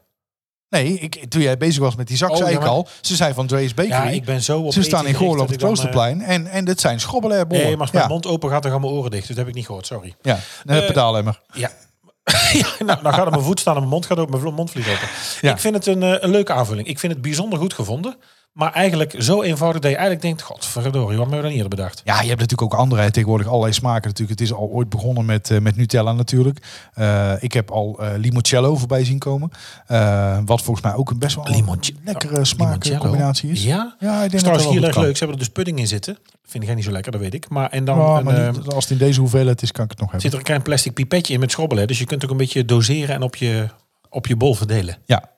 Nee, ik, toen jij bezig was met die zak, Oh, zei ja, ik maar- al. Ze zijn van Drees Bakery. Ja, ik ben zo op Ze staan in eten Goorlen op het gericht dat ik dan, eh, Kloosterplein. En, en dit zijn schrobbelairbollen. Nee, maar als mijn ja. mond open gaat, dan gaan mijn oren dicht. Dus dat heb ik niet gehoord, sorry. Ja, en een Eh, pedaalemmer. Ja. <laughs> ja nou, nou gaat op mijn voet staan en mijn mond gaat open, mijn mond vliegt open. Ja. Ik vind het een, eh, een leuke aanvulling. Ik vind het bijzonder goed gevonden. Maar eigenlijk zo eenvoudig dat je eigenlijk denkt... Godverdorie, wat hebben we dan eerder bedacht? Ja, je hebt natuurlijk ook andere, hè, tegenwoordig allerlei smaken natuurlijk. Het is al ooit begonnen met, eh, met Nutella natuurlijk. Eh, ik heb al eh, limoncello voorbij zien komen. Eh, wat volgens mij ook een best wel Limonce- een lekkere smaakcombinatie is. Ja? Ja, ik is denk dat trouwens dat heel wel erg goed leuk. Ze hebben er dus pudding in zitten. Vind jij niet zo lekker, dat weet ik. Maar, en dan kan. Ja, een, maar eh, niet- als het in deze hoeveelheid is, kan ik het nog hebben. zit er een klein plastic pipetje in met schrobbelen. Dus je kunt ook een beetje doseren en op je, op je bol verdelen. Ja.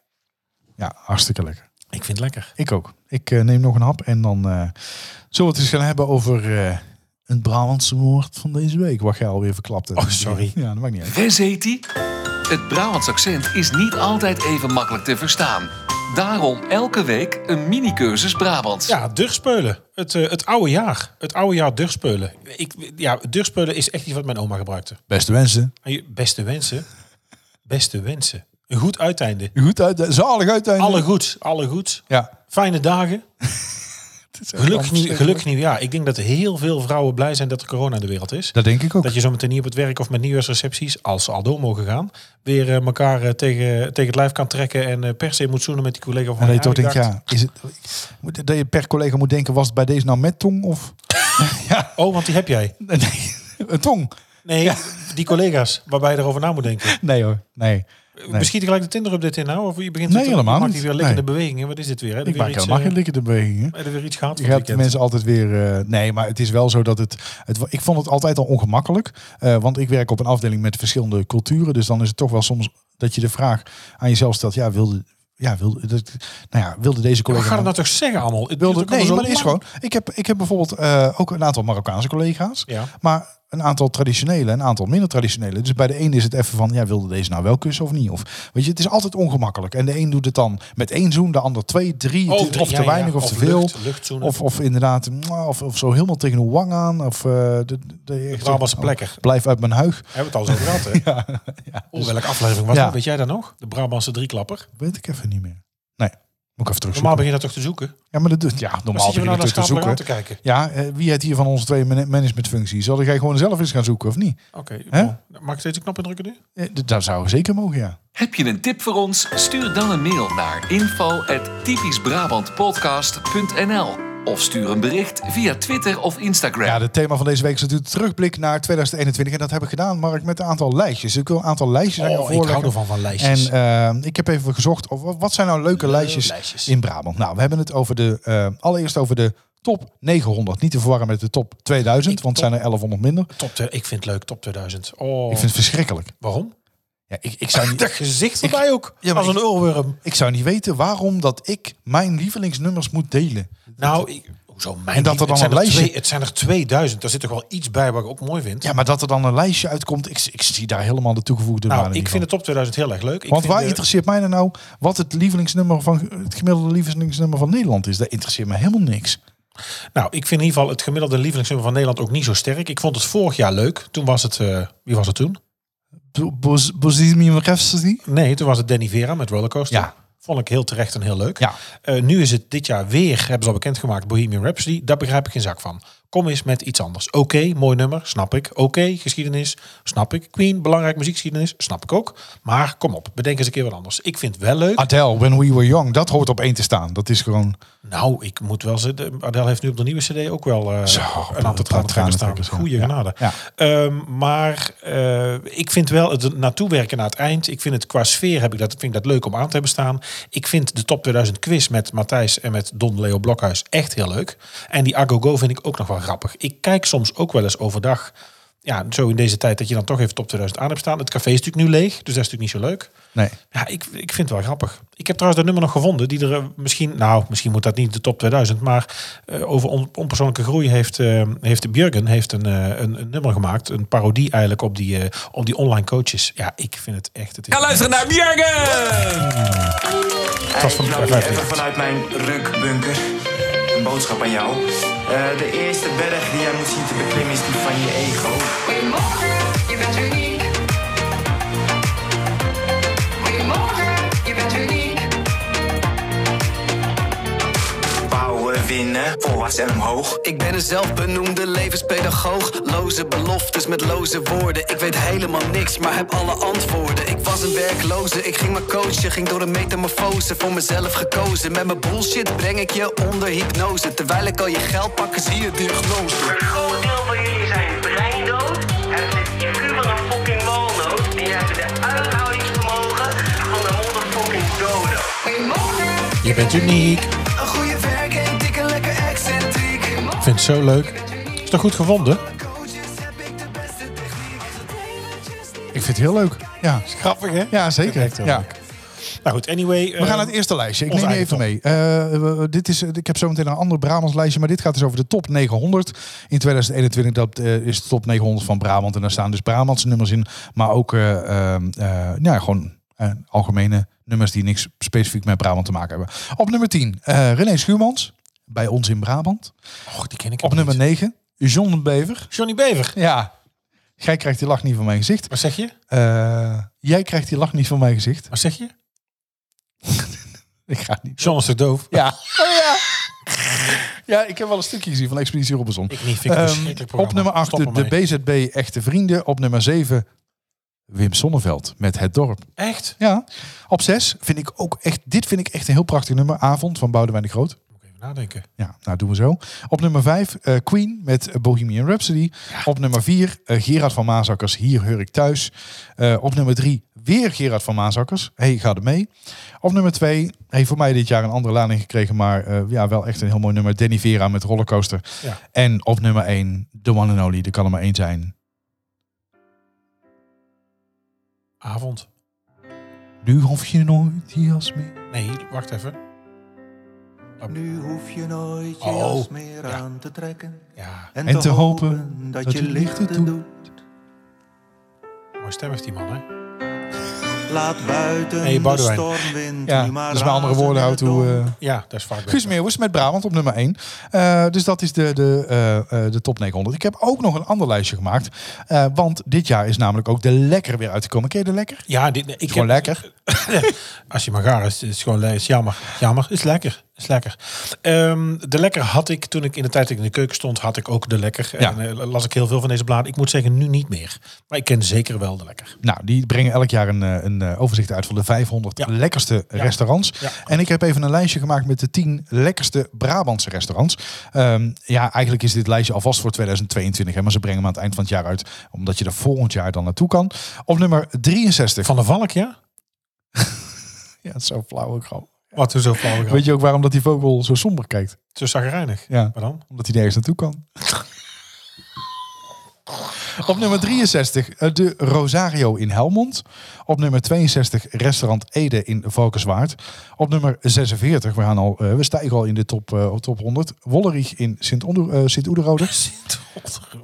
ja, hartstikke lekker. Ik vind het lekker. Ik ook. Ik eh, neem nog een hap en dan eh, zullen we het eens gaan hebben over eh het Brabantse woord van deze week. Wat jij alweer verklapt hebt. Oh, sorry. Ja, dat maakt niet uit. Wes heet die? Het Brabants accent is niet altijd even makkelijk te verstaan. Daarom elke week een mini-cursus Brabants. Ja, durfspeulen. Het, eh, het oude jaar. Het oude jaar durfspeulen. Ik, ja, durfspeulen is echt iets wat mijn oma gebruikte. Beste wensen. En je- Beste wensen. Beste wensen. Een goed uiteinde. Goed uit, zalig uiteinde. Alle goeds. Alle goeds. Ja. Fijne dagen. Gelukkig, nieuw- Amsterdam. gelukkig nieuwjaar. Ik denk dat heel veel vrouwen blij zijn dat er corona in de wereld is. Dat denk ik ook. Dat je zometeen niet op het werk of met nieuwjaarsrecepties, als ze al door mogen gaan, weer eh, elkaar eh, tegen, tegen het lijf kan trekken en eh, per se moet zoenen met die collega van En dat je toch denkt, ja, is het, moet- dat je per collega moet denken, was het bij deze nou met <laughs> tong of... Oh, want die heb jij. Nee, <laughs> een tong. Nee, die collega's waarbij je erover na moet denken. Nee hoor, nee. Nee. Misschien gelijk de Tinder op dit in nou? Of je begint Nee, te- helemaal je maakt niet. hier weer lekkere Nee. bewegingen. Wat is dit weer? Hè? Er Ik weer maak iets, helemaal eh, geen likkende bewegingen. er weer iets gehad van Je het hebt weekend. mensen altijd weer... eh, nee, maar het is wel zo dat het, het... wa- Ik vond het altijd al ongemakkelijk. eh, want ik werk op een afdeling met verschillende culturen. Dus dan is het toch wel soms dat je de vraag aan jezelf stelt. Ja, wilde, ja, wilde, dat, nou ja, wilde deze Ja, collega... maar ga dat nou- nou toch zeggen allemaal? Het wilde, duurt ook allemaal nee, zo maar dat is lang. gewoon. Ik heb, ik heb bijvoorbeeld eh, ook een aantal Marokkaanse collega's. Ja. Maar een aantal traditionele, een aantal minder traditionele. Dus bij de een is het even van, ja, wilde deze nou wel kussen of niet? Of weet je, het is altijd ongemakkelijk. En de een doet het dan met één zoen, de ander twee, drie. Oh, Het is of ja, te ja, weinig of, of te veel. lucht- luchtzoenen. of, of inderdaad, mwah, of, of zo helemaal tegen de wang aan. Of eh, de, de, echt- Brabantse plekker. Blijf uit mijn huig. Hebben we het al <laughs> zo gehad, hè? ja, Oeh, welke aflevering was Ja. dat? Weet jij dat nog? De Brabantse drieklapper. Weet ik even niet meer. Nee. Moet ik even terug Normaal begin je dat toch te zoeken? Ja, maar dat doet. Ja, Maar normaal zit je begin nou ik naar terug te stapelen zoeken. te kijken? Ja, eh, wie heeft hier van onze twee man- managementfuncties? Zal jij gewoon zelf eens gaan zoeken of niet? Oké, Hè? bon. mag ik steeds een knop indrukken nu? Eh, d- Dat zou zeker mogen, ja. Heb je een tip voor ons? Stuur dan een mail naar info@typischbrabantpodcast.nl of stuur een bericht via Twitter of Instagram. Ja, het thema van deze week is natuurlijk terugblik naar 2021. En dat heb ik gedaan, Mark, met een aantal lijstjes. Ik wil een aantal lijstjes aan jou Oh, ik hou voorleggen. ervan van En lijstjes. eh, ik heb even gezocht, of, wat zijn nou leuke lijstjes, lijstjes. in Brabant? Nou, we hebben het over de, eh, allereerst over de top 900. Niet te verwarren met de top 2000, Ik- want top- zijn er 1100 minder. Top twe- ik vind het leuk, top 2000. Oh, Ik vind het verschrikkelijk. waarom? Ja, ik, ik, zou Dat niet, gezicht Ik- erbij ook. Ja, maar als een ik- oorworm. ik zou niet weten waarom dat ik mijn lievelingsnummers moet delen. Nou, ik, hoezo mijn En dat liefde? er dan het zijn een lijstje- Twee, het zijn er 2000. Daar zit toch wel iets bij wat ik ook mooi vind. Ja, maar dat er dan een lijstje uitkomt, ik, ik zie daar helemaal de toegevoegde waarde nou, niet ik van. vind de top 2000 heel erg leuk. Ik Want vind waar de- interesseert mij dan nou wat het lievelingsnummer van het gemiddelde lievelingsnummer van Nederland is? Dat interesseert me helemaal niks. Nou, ik vind in ieder geval het gemiddelde lievelingsnummer van Nederland ook niet zo sterk. Ik vond het vorig jaar leuk. Toen was het... eh, wie was het toen? Bosnië Rhapsody? Nee, toen was het Danny Vera met Rollercoaster. Ja. Vond ik heel terecht en heel leuk. Ja. Eh, nu is het dit jaar weer, hebben ze al bekendgemaakt, Bohemian Rhapsody. Daar begrijp ik geen zak van. Kom eens met iets anders. Oké, mooi nummer, snap ik. Oké, geschiedenis, snap ik. Queen, belangrijk muziekgeschiedenis, snap ik ook. Maar kom op, bedenk eens een keer wat anders. Ik vind het wel leuk. Adele, When We Were Young, dat hoort op één te staan. Dat is gewoon nou, ik moet wel zeggen, Adele heeft nu op de nieuwe cd ook wel eh, Zo, een aantal tranen staan. tranentrekkers, ja. Goeie Ja. genade. Ja. Ehm, maar eh, ik vind wel het naartoe werken naar het eind. Ik vind het qua sfeer heb ik dat, vind ik dat leuk om aan te hebben staan. Ik vind de top 2000 quiz met Matthijs en met Don Leo Blokhuis echt heel leuk. En die Agogo vind ik ook nog wel grappig. Ik kijk soms ook wel eens overdag. Ja, zo in deze tijd dat je dan toch even top 2000 aan hebt staan. Het café is natuurlijk nu leeg, dus dat is natuurlijk niet zo leuk. Nee. Ja, ik, ik vind het wel grappig. Ik heb trouwens dat nummer nog gevonden. Die er eh, misschien, nou, misschien moet dat niet de top 2000. Maar eh, over on- onpersoonlijke groei heeft, eh, heeft de Björgen heeft een, eh, een, een nummer gemaakt. Een parodie eigenlijk op die, eh, op die online coaches. Ja, ik vind het echt. Het is Ga luisteren naar Bjergen! Dat is van de Nou, hier even 55. vanuit mijn rukbunker. Een boodschap aan jou. Eh, de eerste berg die jij moet zien te beklimmen is die van je ego. Goedemorgen, je bent uniek. Goedemorgen, je bent uniek. Bouwen, winnen, voorwaarts en omhoog. Ik ben een zelfbenoemde levenspedagoog. Loze beloftes met loze woorden. Ik weet helemaal niks, maar heb alle antwoorden. Ik was een werkloze, ik ging maar coachen. Ging door een metamorfose, voor mezelf gekozen. Met mijn bullshit breng ik je onder hypnose. Terwijl ik al je geld pak, zie je diagnose. Een groot deel van jullie zijn breindood. Hebben het IQ van een fucking walnoot. Die hebben de uithoudingsvermogen van een motherfucking dodo. Goedemorgen, Je bent uniek. Ik Een goede werk en dikke lekker excentriek. vind het zo leuk. Is toch goed gevonden? Coaches heb ik de beste techniek. Ik vind het heel leuk. Ja, Grappig, hè? ja Echt zeker. heel Ja. leuk. Nou goed, anyway. We gaan naar het eerste lijstje. Ik onze neem je even eigen mee. Eh, we- dit is, ik heb zo meteen een ander Brabants lijstje, maar dit gaat dus over de top 900 in 2021. Dat eh, is de top 900 van Brabant. En daar staan dus Brabants nummers in, maar ook eh, ehm, eh, nou ja, gewoon eh, algemene nummers die niks specifiek met Brabant te maken hebben. Op nummer 10, eh René Schuurmans, bij ons in Brabant. Och, oh, die ken ik Op niet. nummer 9, John Bever. Johnny Bever. Ja, jij krijgt die lach niet van mijn gezicht. Wat zeg je? Eh, jij krijgt die lach niet van mijn gezicht. Wat zeg je? Ik ga het niet. John is toch doof? Ja. Oh, ja. ja, ik heb wel een stukje gezien van Expeditie Robinson. Ik niet, vind ik een Ehm, verschrikkelijk op programma. nummer 8 Stop de, de ermee. BZB Echte Vrienden. Op nummer 7 Wim Sonneveld met Het Dorp. Echt? Ja. Op 6 vind ik ook echt, dit vind ik echt een heel prachtig nummer. Avond van Boudewijn de Groot. Moet ik even nadenken. Ja, nou doen we zo. Op nummer 5 eh, Queen met eh, Bohemian Rhapsody. Op nummer 4 eh, Gerard van Maasakkers, Hier Heur ik Thuis. Eh, op nummer 3 weer Gerard van Maasakkers, Hey, ga er mee. Op nummer 2 heeft voor mij dit jaar een andere lading gekregen, maar eh, ja, wel echt een heel mooi nummer. Danny Vera met Rollercoaster. Ja. En op nummer 1 The One and Only, er kan er maar één zijn. Avond. Nu hoef je nooit die als meer. Nee, wacht even. Nu hoef je nooit je Oh, jas meer ja. aan te trekken. Ja, En, te hopen dat je lichten doet. mooi stem heeft die man, hè? Laat buiten Nee, de Boudewijn. stormwind Ja, nu maar dus met andere razen woorden in houdt het hoe... donker. eh, Ja, dat is vaak Guus Meeuwis met Brabant op nummer 1. dus dat is de, de, eh, eh, de top 900. Ik heb ook nog een ander lijstje gemaakt. eh, want dit jaar is namelijk ook de lekker weer uitgekomen. Ken je de lekker? Ja, dit, ik is gewoon heb- lekker. <laughs> Als je maar gaar is, is gewoon le- is jammer. Jammer, is lekker. Is lekker. Ehm, de lekker had ik toen ik in de tijd dat ik in de keuken stond, had ik ook de lekker. Ja. En eh, las ik heel veel van deze bladen. Ik moet zeggen, nu niet meer. Maar ik ken zeker wel de lekker. Nou, die brengen elk jaar een, eh, een eh, overzicht uit van de 500 lekkerste restaurants. en ik heb even een lijstje gemaakt met de 10 lekkerste Brabantse restaurants. Ehm, ja, eigenlijk is dit lijstje alvast voor 2022, hè, maar ze brengen hem aan het eind van het jaar uit, omdat je er volgend jaar dan naartoe kan. Op nummer 63. Van de Valk, ja? ja, het is zo flauw ook gewoon. Wat is zo flauw. Weet je ook waarom dat die vogel zo somber kijkt? Zo zagrijnig. Ja, Maar dan? omdat hij nergens naartoe kan. Op nummer 63 eh, de Rosario in Helmond. Op nummer 62 restaurant Ede in Valkenswaard. Op nummer 46, we, gaan al, eh, we stijgen al in de top, eh, top 100. Wollerich in Sint-Onder- eh, <laughs> Sint-Oederode.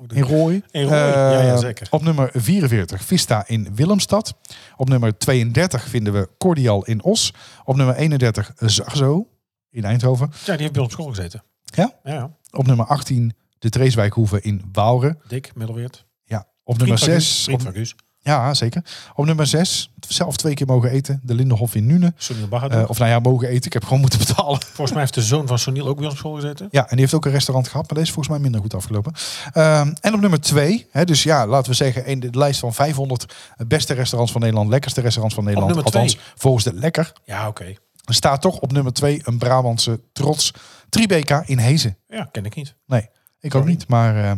in Rooi. In Rooi, ja, ja, Eh, zeker. Op nummer 44 Vista in Willemstad. Op nummer 32 vinden we Cordial in Os. Op nummer 31 Zagzo in Eindhoven. Ja, die heeft bij ons op school gezeten. Ja? Ja, ja. Op nummer 18 de Treeswijkhoeve in Waalre. Dik, middelweert. Ja, op nummer van Guus, 6. Vriend van Guus. Ja, zeker. Op nummer 6, zelf twee keer mogen eten, de Lindenhof in Nuenen. Soniel Bagger. Eh, of nou ja, mogen eten, ik heb gewoon moeten <laughs> betalen. Volgens mij heeft de zoon van Soniel ook bij ons op school gezeten. Ja, en die heeft ook een restaurant gehad, maar deze is volgens mij minder goed afgelopen. Ehm, en op nummer 2, dus ja, laten we zeggen, in de lijst van 500 beste restaurants van Nederland, lekkerste restaurants van Nederland, nummer twee. althans volgens de lekker, Ja, oké. staat toch op nummer 2 een Brabantse trots, Tribeca in Hezen. Ja, ken ik niet. Nee, ik ook niet, maar eh,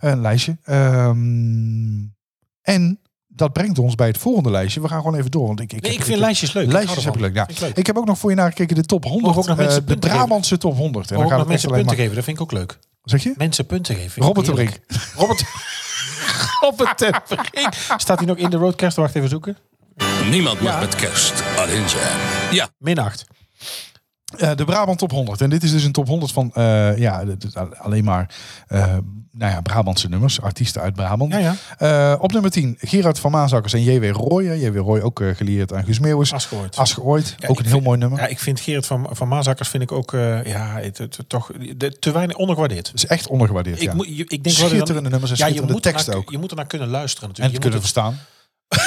een lijstje. Ehm, en dat brengt ons bij het volgende lijstje. We gaan gewoon even door. Want ik, ik, Nee, heb- ik vind lijstjes leuk. Ik Lijstjes hou heb ik leuk. ervan. Ja. Vind ik leuk. Ik heb ook nog voor je nagekeken de top 100. Om ook nog eh, mensen de punten te Brabantse top 100. En Ook dan nog gaat het echt mensen alleen punten maar... geven, dat vind ik ook leuk. Zeg je? Mensen punten geven. Robert de Heerlijk. Brink. Robert, Robert de <laughs> Brink. Staat hij nog in de roadcaster? Wacht even zoeken. Niemand mag met kerst alleen zijn. Ja. Min 8. Eh, de Brabant top 100. En dit is dus een top 100 van eh, ja, dit is al- alleen maar eh, nou ja, Brabantse nummers. Artiesten uit Brabant. Ja, ja. Eh, op nummer 10, Gerard van Maasakkers en J.W. Roy. hè. J.W. Roy ook eh, geleerd aan Guus Meeuwis. As gehoord. As geooid. ook een heel mooi nummer. Ja, ik vind Gerard van, van Maasakkers vind ik ook eh, ja, het, het- het- toch de- te weinig ondergewaardeerd. is echt ondergewaardeerd. Ik, ja. moet, je- ik denk wel dat je dan- Schitterende nummers en je schitterende moet ernaar teksten kun- ook. Je moet ernaar kunnen luisteren en natuurlijk. het Je kunnen moet <laughs> verstaan.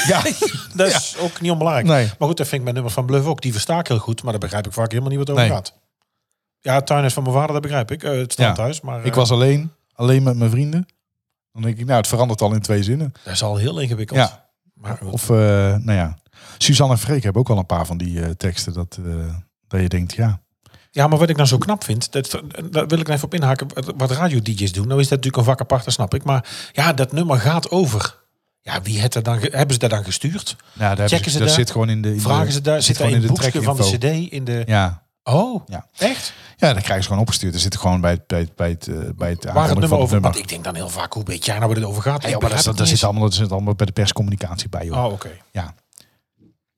Ja, het- dat is ook niet onbelangrijk. Nee. Maar goed, dat vind ik mijn nummer van Bluff ook. Die versta ik heel goed, maar daar begrijp ik vaak helemaal niet wat het over Nee. gaat. Ja, tuinhuis van mijn vader, dat begrijp ik. Eh, het staat Ja. thuis, maar eh, ik was alleen. Alleen met mijn vrienden. Dan denk ik, nou, het verandert al in twee zinnen. eh, dat is al heel ingewikkeld. Ja. Maar goed. Of, eh, nou ja. Suzanne en Freek hebben ook wel een paar van die eh, teksten. Dat, eh, dat je denkt, ja. Ja, maar wat ik nou zo knap vind, dat, daar wil ik nou even op inhaken, wat- wat radio-dj's doen. Nou is dat natuurlijk een vak apart, dat snap ik. Maar ja, dat nummer gaat over. Ja, wie het er dan, ge- hebben ze dat dan gestuurd? ja daar Checken ze hebben ze, dat daar? zit gewoon in de. in de- Vragen ze daar, zit daar in het boekje van de trackinfo. cd? In de... Ja. Oh, Ja. echt? ja, dan krijgen ze gewoon opgestuurd. Er zit gewoon bij het, bij het, bij het, eh, bij het Waar het aankondigen van nummer het over? Want ik denk dan heel vaak, hoe weet jij nou waar het over gaat? Ja, Ik joh, maar dat, begrijp het dat, zit niet allemaal, dat zit allemaal bij de perscommunicatie bij, joh. eens. Oh, oké. Ja.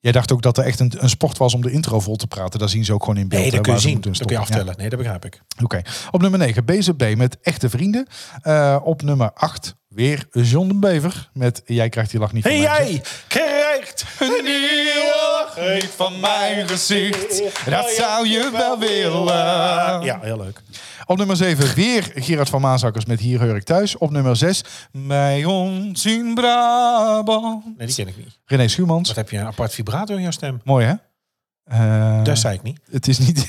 Jij dacht ook dat er echt een, een sport was om de intro vol te praten. Dat zien ze ook gewoon in beeld. Nee, dat hè, kun je waar ze zien. moeten Dat kun je stoppen. Ja. aftellen. Nee, dat begrijp ik. Oké. Op nummer 9, BZB met echte vrienden. Eh, op nummer 8, weer John de Bever met Jij krijgt die lach niet En van mij. jij krijgt een nieuwe geet van mijn gezicht. Dat zou je wel willen. Ah, Ja, heel leuk. Op nummer 7, weer Gerard van Maasakkers met Hier Heur ik Thuis. Op nummer 6, Mij ons in Brabant. Nee, die ken ik niet. René Schuurmans. Wat heb je een apart vibrato in jouw stem? Mooi hè? Eh, Dat zei ik niet. Het is niet, <laughs>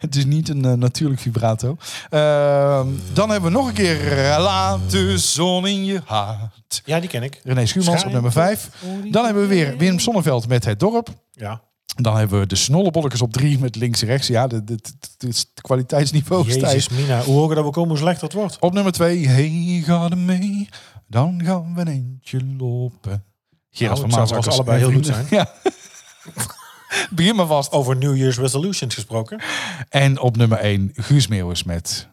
het is niet een eh, natuurlijk vibrato. Ehm, dan hebben we nog een keer eh, Laat de zon in je hart. Ja, die ken ik. René Schuurmans op Schijn- nummer 5. Dan hebben we weer Wim Sonneveld met Het Dorp. Ja. Dan hebben we de Snollebollekers op 3 met links en rechts. Ja, de- de- de- de- het kwaliteitsniveau is Jezus, stijgt. Mina. Hoe hoger dat we komen, hoe slechter het wordt. Op nummer 2. Hey, ga er mee. Dan gaan we een eentje lopen. Gerard Nou, van het zou voor ons Maasakkers. allebei heel goed zijn. <laughs> Ja. Begin maar vast. Over New Year's resolutions gesproken. En op nummer 1, Guus Meeuwis met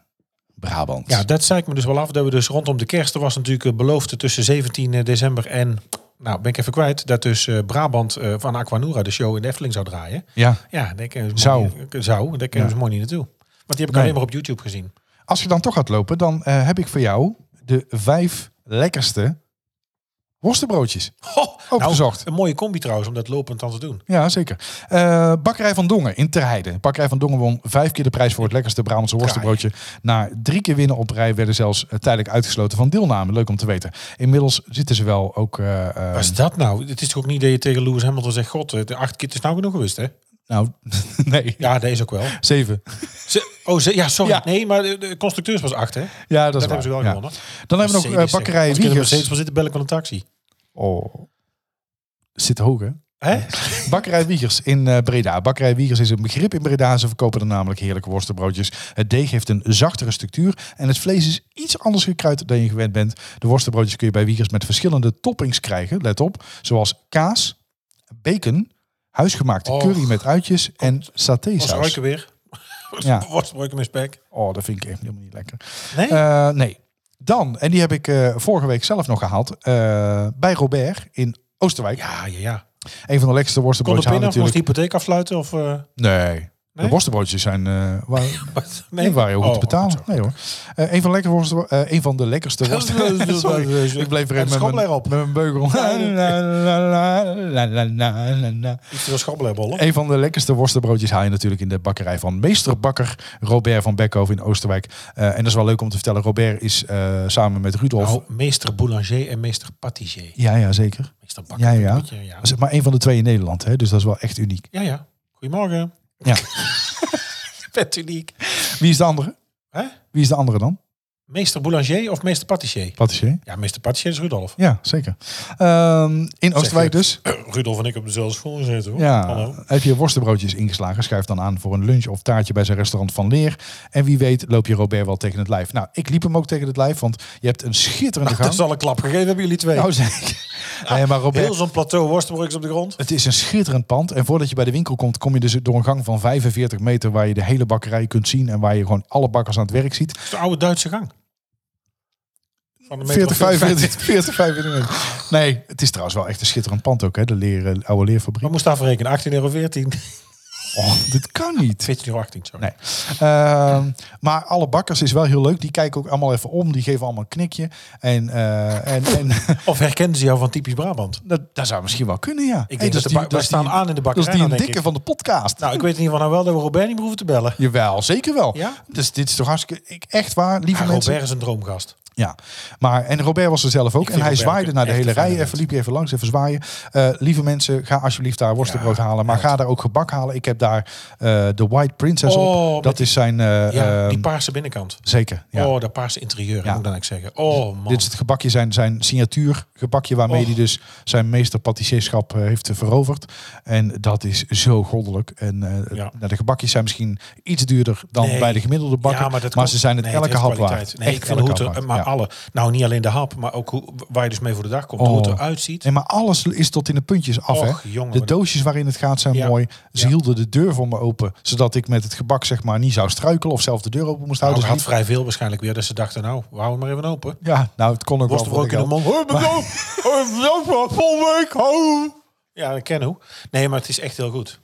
Brabant. Ja, dat zei ik me dus wel af. Dat we dus rondom de kerst, er was natuurlijk eh, beloofd tussen 17 december en... Nou, ben ik even kwijt. Dat dus eh, Brabant eh, van Aquanura de show in de Efteling zou draaien. Ja. Ja, daar kunnen ze Zou. mooi niet- Zou, daar kunnen Ja. ze mooi niet naartoe. Want die heb ik Nee. alleen maar op YouTube gezien. Als je dan toch gaat lopen, dan eh, heb ik voor jou de vijf lekkerste Worstenbroodjes. Nou, Opgezocht. een mooie combi trouwens om dat lopend dan te doen. Ja, zeker. Eh, Bakkerij van Dongen in Terheide. Bakkerij van Dongen won vijf keer de prijs voor het lekkerste Brabantse worstenbroodje. Na drie keer winnen op rij werden zelfs eh, tijdelijk uitgesloten van deelname. Leuk om te weten. Inmiddels zitten ze wel ook... eh, eh, Wat is dat nou? Het is toch ook niet dat je tegen Lewis Hamilton zegt... God, eh, de acht keer het is nou genoeg geweest, hè? nou, <laughs> nee. Ja, dat is ook wel. Zeven. Ze- oh, ze- ja, sorry. Ja. Nee, maar de- de constructeurs was acht, hè? Ja, dat, dat is hebben ze waar. wel Ja. gewonnen. Dan hebben we nog eh, Mercedes, zeg. bakkerij Als ik in de Wiegers. Mercedes wil zitten, bel ik wel een taxi. Oh. Zit hoog, hè? Hè? Bakkerij Wiegers in eh, Breda. Bakkerij Wiegers is een begrip in Breda. Ze verkopen er namelijk heerlijke worstenbroodjes. Het deeg heeft een zachtere structuur en het vlees is iets anders gekruid dan je gewend bent. De worstenbroodjes kun je bij Wiegers met verschillende toppings krijgen, let op, zoals kaas, bacon, huisgemaakte Och. curry met uitjes en Was satésaus. Royke weer? Ja. Was Royke met spek? Oh, dat vind ik echt helemaal niet lekker. Nee? Eh, nee. Dan, en die heb ik eh, vorige week zelf nog gehaald, eh, bij Robert in Oosterwijk. ja, ja, ja. Een van de lekkerste Kon de worstenbroodjes pinnen houdt of moest de natuurlijk. hypotheek afsluiten? Of, eh, <laughs> Nee. De Nee? worstenbroodjes zijn eh, waar, wat? nee. waren heel goed te Oh, betalen. goed zo. nee hoor. Eh, een, van de lekkere worsten, eh, een van de <laughs> lekkerste worsten. Sorry, ik bleef er En de even met mijn, schoonleer op. op. met mijn beugel. <laughs> Iets te veel schabbelenbollen. Een van de lekkerste worstenbroodjes haal je natuurlijk in de bakkerij van meesterbakker Robert van Bekhoven in Oosterwijk. Eh, en dat is wel leuk om te vertellen. Robert is eh, samen met Rudolf. Nou, meester boulanger en meester patissier. Ja, ja, zeker. Meester bakker. Ja, een ja. beetje, ja. Dat is maar één van de twee in Nederland. Hè? Dus dat is wel echt uniek. ja, ja. Goedemorgen. <laughs> Ja. Vet uniek. Wie is de andere? Hè? Wie is de andere dan? Meester boulanger of meester patissier? Patissier? Ja, meester patissier is Rudolf. Ja, zeker. Ehm, in Oosterwijk dus. <clears throat> Rudolf en ik op dezelfde school zitten hoor. Ja, Hallo. heb je worstenbroodjes ingeslagen? Schuif dan aan voor een lunch of taartje bij zijn restaurant Van Leer. En wie weet loop je Robert wel tegen het lijf. Nou, ik liep hem ook tegen het lijf, want je hebt een schitterende Dat gang. zal een klap gegeven hebben jullie twee. Nou, zeker. Nee, Heel maar Robert, zo'n plateau worstenbroekjes op de grond. het is een schitterend pand. En voordat je bij de winkel komt, kom je dus door een gang van 45 meter... waar je de hele bakkerij kunt zien en waar je gewoon alle bakkers aan het werk ziet. De oude Duitse gang. Van de 40, meter- 45, 40, 45 meter. Nee, het is trouwens wel echt een schitterend pand ook, hè? De leer, eh, oude leerfabriek. <laughs> Wat moest daarvoor rekenen? 18,14 euro. <laughs> 14 Oh, dit kan niet. <laughs> 14,18 euro, sorry. Nee. Ehm, maar alle bakkers is wel heel leuk. Die kijken ook allemaal even om. Die geven allemaal een knikje. En, eh, en, en <laughs> Of herkenden ze jou van typisch Brabant? dat, dat zou misschien wel kunnen, ja. denk Hey, dat de bak- wij is staan aan in de bakkerij Dat is die dan, een denk dikke ik. van de podcast. Nou, ik weet in ieder geval nou wel dat we Robert niet meer hoeven te bellen. Jawel, zeker wel. Ja? Dus dit is toch hartstikke... Ik, echt waar, lieve Ja, mensen. Robert is een droomgast. Ja, maar en Robert was er zelf ook. Ik En vind hij Robert zwaaide ook naar de echt hele een fijne rij. vent. Even liep hij even langs, even zwaaien. Eh, lieve mensen, ga alsjeblieft daar worstenbrood halen. Maar ga daar ook gebak halen. Ik heb daar eh, de White Princess Oh, op. met Dat is zijn... eh, Ja, ehm, die paarse binnenkant. zeker, ja. Oh, dat paarse interieur, Ja. moet dan ik zeggen. Oh man. Dit is het gebakje, zijn, zijn signatuurgebakje waarmee Och. hij dus zijn meester patissier-schap eh, heeft eh, veroverd. En dat is zo goddelijk. En eh, Ja. nou, de gebakjes zijn misschien iets duurder dan Nee. bij de gemiddelde bakker. Ja, maar dat komt- ze zijn het nee, elke heeft hap waard. kwaliteit. Nee, ik vind de elke hoed hap er- waard. maar Ja. alle. Nou, niet alleen de hap, maar ook hoe, waar je dus mee voor de dag komt. Oh. Hoe het eruit ziet. Nee, maar alles is tot in de puntjes af. Och, hè? jongen, de wat een- doosjes waarin het gaat zijn Ja. mooi. Ze Ja. hielden de deur voor me open, zodat ik met het gebak zeg maar niet zou struikelen of zelf de deur open moest Nou, houden. ik had Dus vrij veel waarschijnlijk weer. Dus ze dachten, nou, we houden het maar even open. niet- ja, nou, het kon ook wel. voor Worstenbroek in de mond. geld. <laughs> Hoi, bedankt. Hoi, bedankt. Volgende week. Hoi. Ja, ik ken hoe. Nee, maar het is echt heel goed.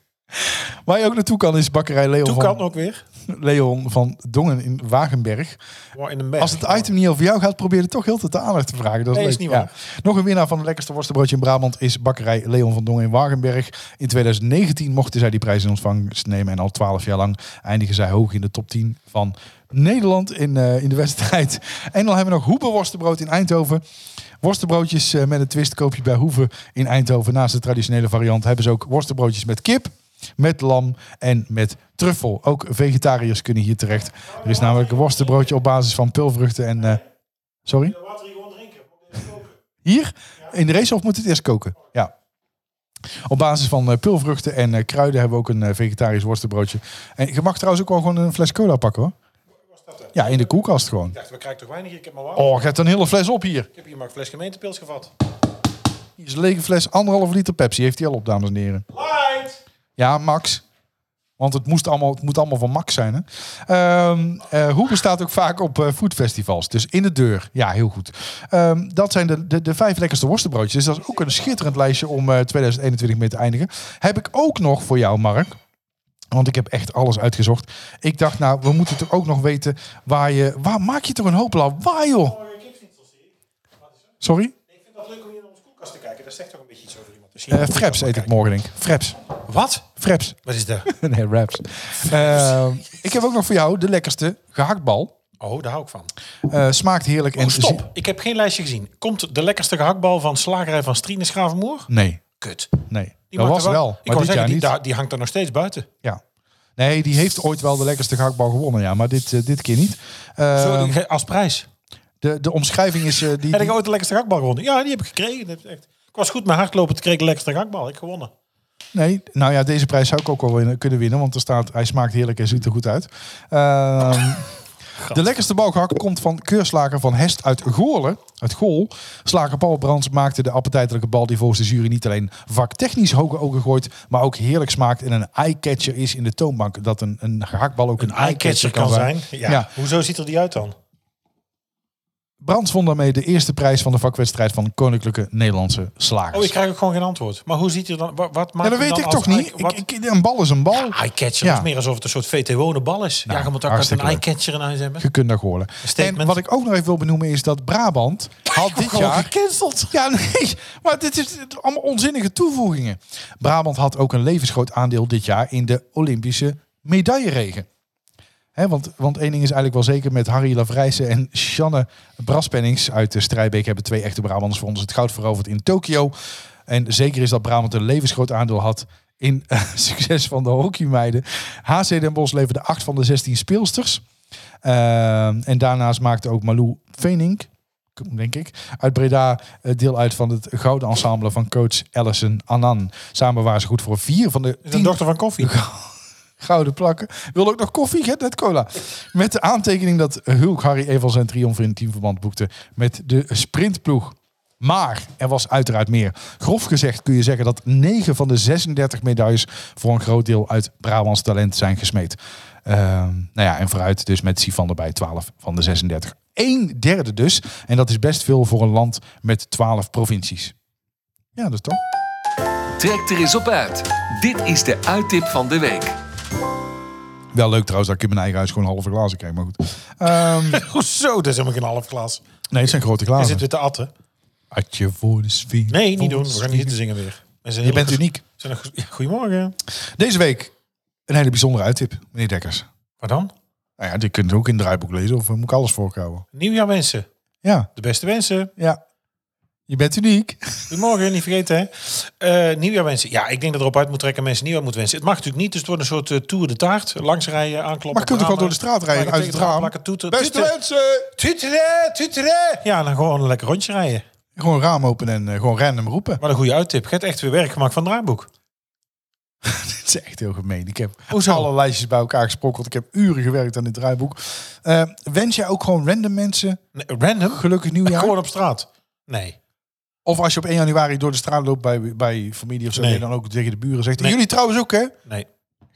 Waar je ook naartoe kan is bakkerij Leon, Toen van, kan ook weer. Leon van Dongen in Wagenberg. Wow, In een berg. Als het item niet over jou gaat, probeer het toch heel te de aandacht te vragen. Dat is, Nee, is leuk. niet Ja. waar. Nog een winnaar van het lekkerste worstenbroodje in Brabant is bakkerij Leon van Dongen in Wagenberg. In 2019 mochten zij die prijs in ontvangst nemen en al 12 jaar lang eindigen zij hoog in de top 10 van Nederland in, eh, in de wedstrijd. <laughs> En dan hebben we nog Hoebe worstenbrood in Eindhoven. Worstenbroodjes eh, met een twist koop je bij Hoeve in Eindhoven. Naast de traditionele variant hebben ze ook worstenbroodjes met kip. Met lam en met truffel. Ook vegetariërs kunnen hier terecht. Er is namelijk een worstenbroodje op basis van pulvruchten en eh, Sorry? Hier? In de race of moet het eerst koken? Ja. Op basis van eh, pulvruchten en eh, kruiden hebben we ook een eh, vegetarisch worstenbroodje. En je mag trouwens ook wel gewoon een fles cola pakken hoor. Ja, in de koelkast gewoon. Ik dacht, we krijgen toch weinig. Ik heb maar waar. Oh, je hebt een hele fles op hier. Ik heb hier maar een fles gemeentepils gevat. Hier is een lege fles, anderhalf liter Pepsi. Heeft hij al op, dames en heren. Light! Ja, Max. Want het, moest allemaal, het moet allemaal van Max zijn. Hè? Ehm eh, Hoebe staat ook vaak op eh, foodfestivals. Dus in de deur. Ja, heel goed. Ehm, dat zijn de, de, de vijf lekkerste worstenbroodjes. Dus dat is ook een schitterend lijstje om eh, 2021 mee te eindigen. Heb ik ook nog voor jou, Mark. Want ik heb echt alles uitgezocht. Ik dacht, nou, we moeten toch ook nog weten waar je... Waar maak je toch een hoop lawaai, joh? Sorry? Ik vind dat leuk om hier naar ons Dat zegt toch een beetje iets over iemand. Dus Eh fraps eet ik morgen, denk ik. Fraps. Wat? Fraps. Wat is dat? <laughs> nee, raps. Eh, ik heb ook nog voor jou de lekkerste gehaktbal. Oh, daar hou ik van. Eh, smaakt heerlijk <laughs> en... Oh, stop. Ik heb geen lijstje gezien. Komt de lekkerste gehaktbal van slagerij van Strien Schravenmoer? Nee, Kut. nee. Die dat maakt was er wel, Ik maar wou dit zeggen, jaar die, niet. daar- die hangt er nog steeds buiten. Ja. Nee, die heeft ooit wel de lekkerste gehaktbal gewonnen, ja, maar dit, eh, dit keer niet. Eh, Zo, die- als prijs. de, de omschrijving is... eh, die, Heb ik die- ooit de lekkerste gehaktbal gewonnen? Ja, die heb ik gekregen. Dat is echt- Ik was goed met hardlopen, toen kreeg ik de lekkerste gehaktbal. Ik gewonnen. nee, nou ja, deze prijs zou ik ook wel winnen- kunnen winnen, want er staat, hij smaakt heerlijk en ziet er goed uit. Ehm, de lekkerste balgehakt komt van keurslager van Hest uit Goorlen. Uit Gool. Slager Paul Brands maakte de appetijtelijke bal die volgens de jury niet alleen vaktechnisch hoge ogen gooit, maar ook heerlijk smaakt en een eye-catcher is in de toonbank. Dat een, een gehaktbal ook een, Eyecatcher kan zijn. Ja. ja, Hoezo ziet er die uit dan? Brands won daarmee de eerste prijs van de vakwedstrijd van Koninklijke Nederlandse Slagers. Oh, ik krijg ook gewoon geen antwoord. Maar hoe ziet hij dan? wa- Wat, maakt ja, dat hem weet dan ik als toch niet. eye- Wat, Ah, Ik, ik, een bal is een bal. eyecatcher Ja. Nou, is meer alsof het een soort VTO bal is. ja, je moet ook altijd een hartstikke leuk. eyecatcher in huis hebben. Je kunt daar horen. statement. En wat ik ook nog even wil benoemen is dat Brabant had dit Gewoon jaar... gecanceld. Ja, nee, maar dit is allemaal onzinnige toevoegingen. Brabant had ook een levensgroot aandeel dit jaar in de Olympische medailleregen. Hè, want, want één ding is eigenlijk wel zeker met Harry Lavrijsen en Shanne Braspennings uit de Strijbeek hebben twee echte Brabanders voor ons het goud veroverd in Tokio. En zeker is dat Brabant een levensgroot aandeel had in eh, <laughs> succes van de hockeymeiden. HC Den Bosch leverde acht van de 16 speelsters. Ehm, en daarnaast maakte ook Malou Veenink, denk ik, uit Breda eh, deel uit van het gouden ensemble van coach Allison Anan. Samen waren ze goed voor vier van de Is een tien dochter van koffie. gouden plakken. Wilde ook nog koffie, hè? net cola. Met de aantekening dat Hulk Harry Evans en triomf in teamverband boekte met de sprintploeg. Maar er was uiteraard meer. Grof gezegd kun je zeggen dat 9 van de 36 medailles voor een groot deel uit Brabants talent zijn gesmeed. Ehm, nou ja, en vooruit dus met Sivan erbij 12 van de 36. Een derde dus. En dat is best veel voor een land met 12 provincies. Ja, dat is toch? Trek er eens op uit. Dit is de uittip van de week. Wel leuk trouwens dat ik in mijn eigen huis gewoon halve glazen krijg, maar goed. Ehm, <laughs> Hoezo? Dat is helemaal geen half glas. nee, het zijn grote Hij glazen. zit weer te atten. Atje voor de sfeer. Nee, niet doen. We gaan niet zitten zingen weer. We zijn Je heel bent ges- uniek. zijn een ges- ja, Goedemorgen. Deze week een hele bijzondere uittip, meneer Dekkers. Wat dan? Nou ja, die kunt u ook in het draaiboek lezen of eh, moet ik alles voorkomen? Nieuwjaar wensen. Ja, De beste wensen. ja. Je bent uniek. Goedemorgen, niet vergeten hè. Eh, nieuwjaar wensen. Ja, ik denk dat erop uit moet trekken mensen nieuwjaar moeten wensen. Het mag natuurlijk niet, dus het wordt een soort eh, tour de taart. Langs rijden, aankloppen. Maar je kunt ook wel ramen, door de straat rijden plakken uit het tegen raam. Plakken, toeten, Beste toeten. mensen! Tuteren, tuteren. Ja, dan gewoon een lekker rondje rijden. Gewoon raam openen en eh, gewoon random roepen. <laughs> Wat een goede uittip. Je hebt echt weer werk gemaakt van het draaiboek. Dit is echt heel gemeen. Ik heb Hoezo? alle lijstjes bij elkaar gesprokkeld. Ik heb uren gewerkt aan dit draaiboek. Eh, wens jij ook gewoon random mensen Nee, random? gelukkig nieuwjaar? Gewoon op straat? Nee. Of als je op 1 januari door de straat loopt bij, bij familie of zo, Nee. dat je dan ook tegen de buren zegt. Nee. Jullie trouwens ook, hè? Nee.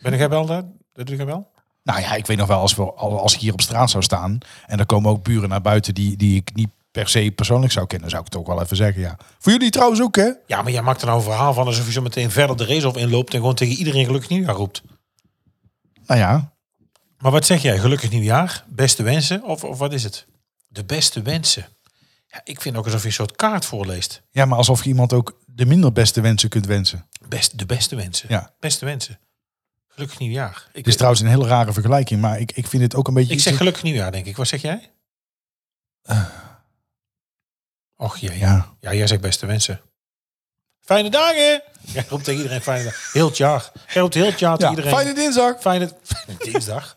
Ben jij wel daar? Dat doe jij wel? Nou ja, ik weet nog wel, als, we, als ik hier op straat zou staan... en er komen ook buren naar buiten die, die ik niet per se persoonlijk zou kennen... zou ik het ook wel even zeggen, ja. Voor jullie trouwens ook, hè? Ja, maar jij maakt er nou een verhaal van alsof je zo meteen verder de race of inloopt en gewoon tegen iedereen gelukkig nieuwjaar roept. Nou ja, Maar wat zeg jij? Gelukkig nieuwjaar? Beste wensen? Of, of wat is het? De beste wensen. Ja, ik vind ook alsof je een soort kaart voorleest. ja maar alsof je iemand ook de minder beste wensen kunt wensen. Best, de beste wensen. Ja. Beste wensen. Gelukkig nieuwjaar. Ik, Het is trouwens een hele rare vergelijking, maar ik, ik vind het ook een beetje... ik zeg gelukkig nieuwjaar, denk ik. Wat zeg jij? Och jee. Eh. Ja, Ja, jij zegt beste wensen. Fijne dagen! Jij roept tegen iedereen fijne dagen. Heel het jaar. Jij roept heel het jaar tegen ja iedereen. fijne dinsdag! fijne, fijne dinsdag.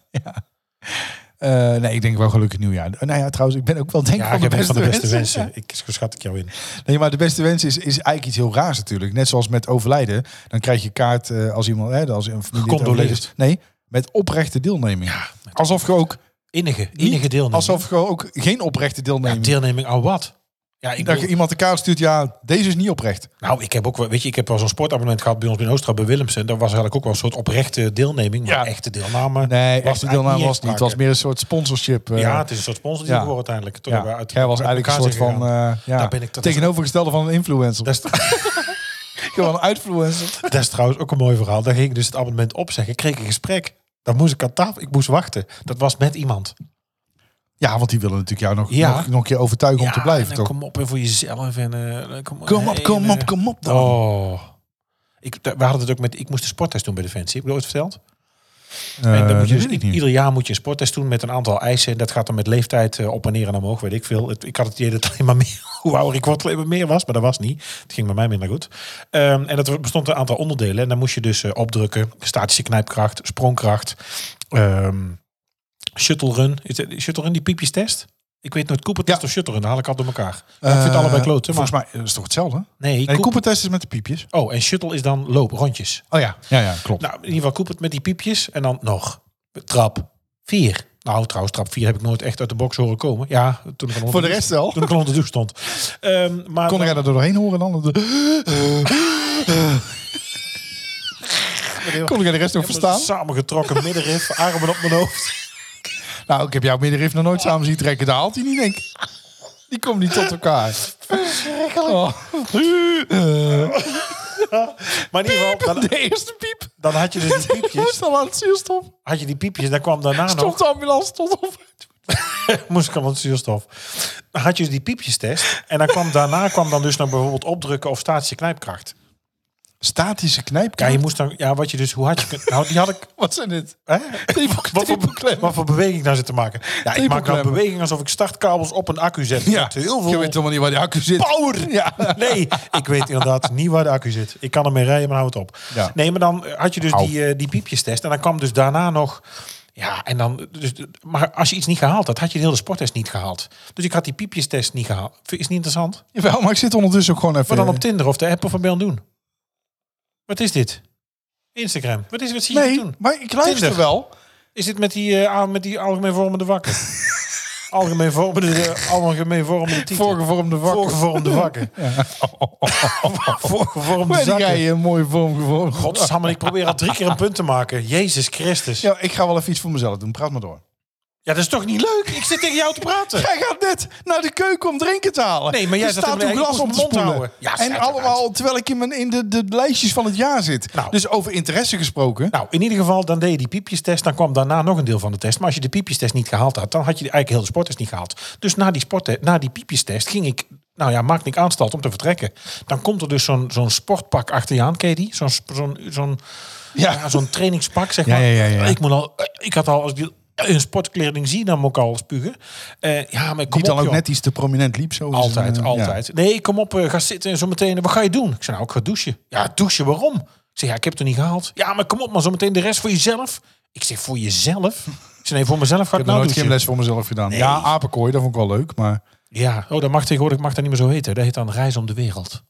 Eh, nee, ik denk wel gelukkig nieuwjaar. Nou ja, trouwens, ik ben ook wel denk <laughs> ik Ja, van, ik de heb echt beste van de beste wensen. <laughs> wensen. Ik schat ik jou in. Nee, maar de beste wens is, is eigenlijk iets heel raars natuurlijk. Net zoals met overlijden. Dan krijg je kaart eh, als iemand... Hè, als een familie Gecondoleerd. overleden is. Nee, met oprechte deelneming. alsof je ook... Enige, enige deelneming. Alsof je ook geen oprechte ja, deelneming... deelneming aan wat? Ja, ik dat je bedoel- iemand de kaart stuurt, ja, deze is niet oprecht. nou, ik heb ook wel, weet je, ik heb wel zo'n sportabonnement gehad bij ons in Oostra bij Willemsen. Dat was eigenlijk ook wel een soort oprechte deelneming, maar Ja. echte deelname. Nee, was echte deelname eigenlijk was het niet. Het echt was meer een soort sponsorship. eh, sprake. Ja, het is een soort sponsor die Ja. we horen uiteindelijk. Toen ja. hebben we uit, Jij was uit eigenlijk een elkaar soort zijn van gegaan. eh, ja, Daar ben ik- dat is- tegenovergestelde van een influencer. Dat is- Gewoon een influencer. <laughs> Dat is trouwens ook een mooi verhaal. Daar ging ik dus het abonnement opzeggen. Kreeg ik een gesprek. Dan moest ik aan tafel. Ik moest wachten. Dat was met iemand. Ja, want die willen natuurlijk jou nog, Ja. nog, nog een keer overtuigen om te blijven, en toch? Kom op en voor jezelf. En, eh, kom, nou, Kom op, en, kom eh, op, kom op dan. Oh. Ik, da- we hadden het ook met, ik moest een sporttest doen bij Defensie. Heb ik dat ooit verteld? en dan Eh, moet je dat dus, weet ik niet. ieder jaar moet je een sporttest doen met een aantal eisen. Dat gaat dan met leeftijd eh, op en neer en omhoog, weet ik veel. Het, ik had het idee dat het alleen maar meer, <laughs> hoe ouder ik word, alleen maar meer was. Maar dat was niet. Het ging bij mij minder goed. Ehm, en dat bestond uit een aantal onderdelen. En dan moest je dus eh, opdrukken, statische knijpkracht, sprongkracht, ehm shuttle run. Is het, shuttle run die piepjes test? Ik weet nooit, Cooper test of shuttle run, dan haal ik altijd door elkaar. ik vind het Eh, allebei kloten. Maar... Volgens mij dat is toch hetzelfde? Nee, Nee, Cooper- Cooper-test is met de piepjes. Oh, en shuttle is dan lopen, rondjes. Oh ja, ja, ja klopt. Nou, in ieder geval Koepert met die piepjes. En dan nog trap 4. Nou, trouwens, trap 4 heb ik nooit echt uit de box horen komen. Ja, toen ik al onder Voor de rest wel. Toen ik al onder de douche stond. Ehm, maar Kon jij dan- dat er nou doorheen horen dan? <laughs> Dat- Kon jij de rest nog Ja, maar verstaan? Samengetrokken <laughs> middenrif, armen op mijn hoofd. Nou, ik heb jou middenrif nog nooit samen zien trekken. Daar haalt hij niet, denk ik. Die komt niet tot elkaar. Oh. Verschrikkelijk. Maar in ieder geval, dan, De <laughs> eerste piep. dan had je <laughs> dus die Moest piepjes. dan aan het zuurstof. Had je die piepjes, daar kwam daarna nog. <laughs> Stond de ambulance stond op. moest ik aan wat zuurstof. Dan had je dus die piepjes test. En dan kwam, daarna kwam dan dus nog bijvoorbeeld opdrukken of statische knijpkracht. Statische Ja, knijpkracht. je moest dan, ja, wat je dus, hoe had je, kun- nou, die had ik, Wat zijn dit? <laughs> hè? Wat voor, wat voor beweging nou zit te maken? Ja, ik maak nou een Tepelklemmen. beweging alsof ik startkabels op een accu zet. Ja, Dat heel Je veel. weet helemaal niet waar die accu zit. Power! Ja. Nee, ik weet inderdaad niet waar de accu zit. Ik kan ermee rijden, maar hou het op. Ja. Nee, maar dan had je dus Au. die, eh, die piepjestest. En dan kwam dus daarna nog... Ja, en dan... Dus, maar als je iets niet gehaald had, had je de hele sporttest niet gehaald. Dus ik had die piepjestest niet gehaald. Is niet interessant? Jawel, maar ik zit ondertussen ook gewoon even... Wat dan op Tinder of de app of wat ben je aan het doen? Wat is dit? Instagram. Wat, is, wat zie je Nee, doen? maar ik luister Tinder. wel. Is dit met die, eh, aan- met die algemeen vormende <laughs> wakken? algemeen vormende, eh, algemeen vormende titel. Voorgevormde vakken. Voorgevormde <laughs> wakken. <laughs> Voorgevormde Hoe die jij zakken. een mooie vorm gevormd? Godsamme, ik probeer al drie keer een punt te maken. Jezus Christus. Ja, Ja, ik ga wel even iets voor mezelf doen. Praat maar door. dat is toch niet leuk? Ik zit tegen jou te praten. Jij gaat net naar de keuken om drinken te halen. Nee, maar jij Je zat staat er- om ik glas moest op mijn te mond spoelen. houden. Ja, en uiteraard. allemaal terwijl ik in, in de, de lijstjes van het jaar zit. Nou. Dus over interesse gesproken. Nou, in ieder geval, dan deed je die piepjestest. Dan kwam daarna nog een deel van de test. Maar als je de piepjestest niet gehaald had, dan had je eigenlijk heel de sporttest niet gehaald. Dus na die, sportte, na die piepjestest ging ik... Nou ja, maakte ik aanstalt om te vertrekken. Dan komt er dus zo'n zo'n sportpak achter je aan, ken je die? Zo'n sp- zo'n zo'n Ja. ja, zo'n trainingspak, zeg Ja, maar. ja, ja, ja. Ik, moet al, ik had al, als ik die in sportkleding zie, dan moet ik al spugen. Eh, ja, maar kom die op, dan ook joh. net iets te prominent liep. Zo is het, Altijd, eh, altijd. Nee, kom op, eh, ga zitten en zometeen. Wat ga je doen? Ik zei, nou, ik ga douchen. Ja, douchen, waarom? Ik zeg, ja, ik heb het er niet gehaald. Ja, maar kom op, maar zometeen de rest voor jezelf. Ik zeg, voor jezelf? Ik zeg, nee, voor mezelf ga ik, Ik heb nog nou nooit douchen. gymles voor mezelf gedaan. Ja, apenkooi, dat vond ik wel leuk. Maar, Ja, oh, dat mag tegenwoordig mag dat niet meer zo heten. Dat heet dan reis om de wereld.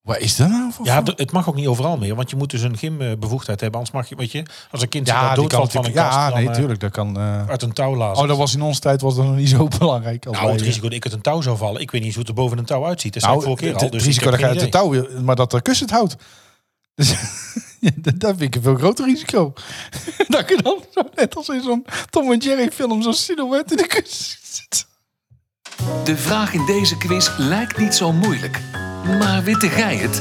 wat is dat nou voor Ja, d- het mag ook niet overal meer, want je moet dus een gymbevoegdheid hebben. Anders mag je, weet je, als een kind zich daar die kan doodvalt van een natuurlijk. kast, Ja, dan, nee, eh, tuurlijk. Dat kan. eh, uit een touw lazen. Oh, dat was in onze tijd was dat nog niet zo <laughs> belangrijk. Als nou, het wij- eh, risico dat ik uit een touw zou vallen. Ik weet niet eens hoe het er boven een touw uitziet. Dat zei ik vorige keer Nou, het- al. het Dus risico dat je uit de touw... touw wil, maar dat er kussend houdt. <laughs> Dus, ja, dat, dat vind ik een veel groter risico. <laughs> dat je dan zo net als in zo'n Tom en Jerry film zo'n silhouet in de kussen zit. De vraag in deze quiz lijkt niet zo moeilijk. Maar witte gij het?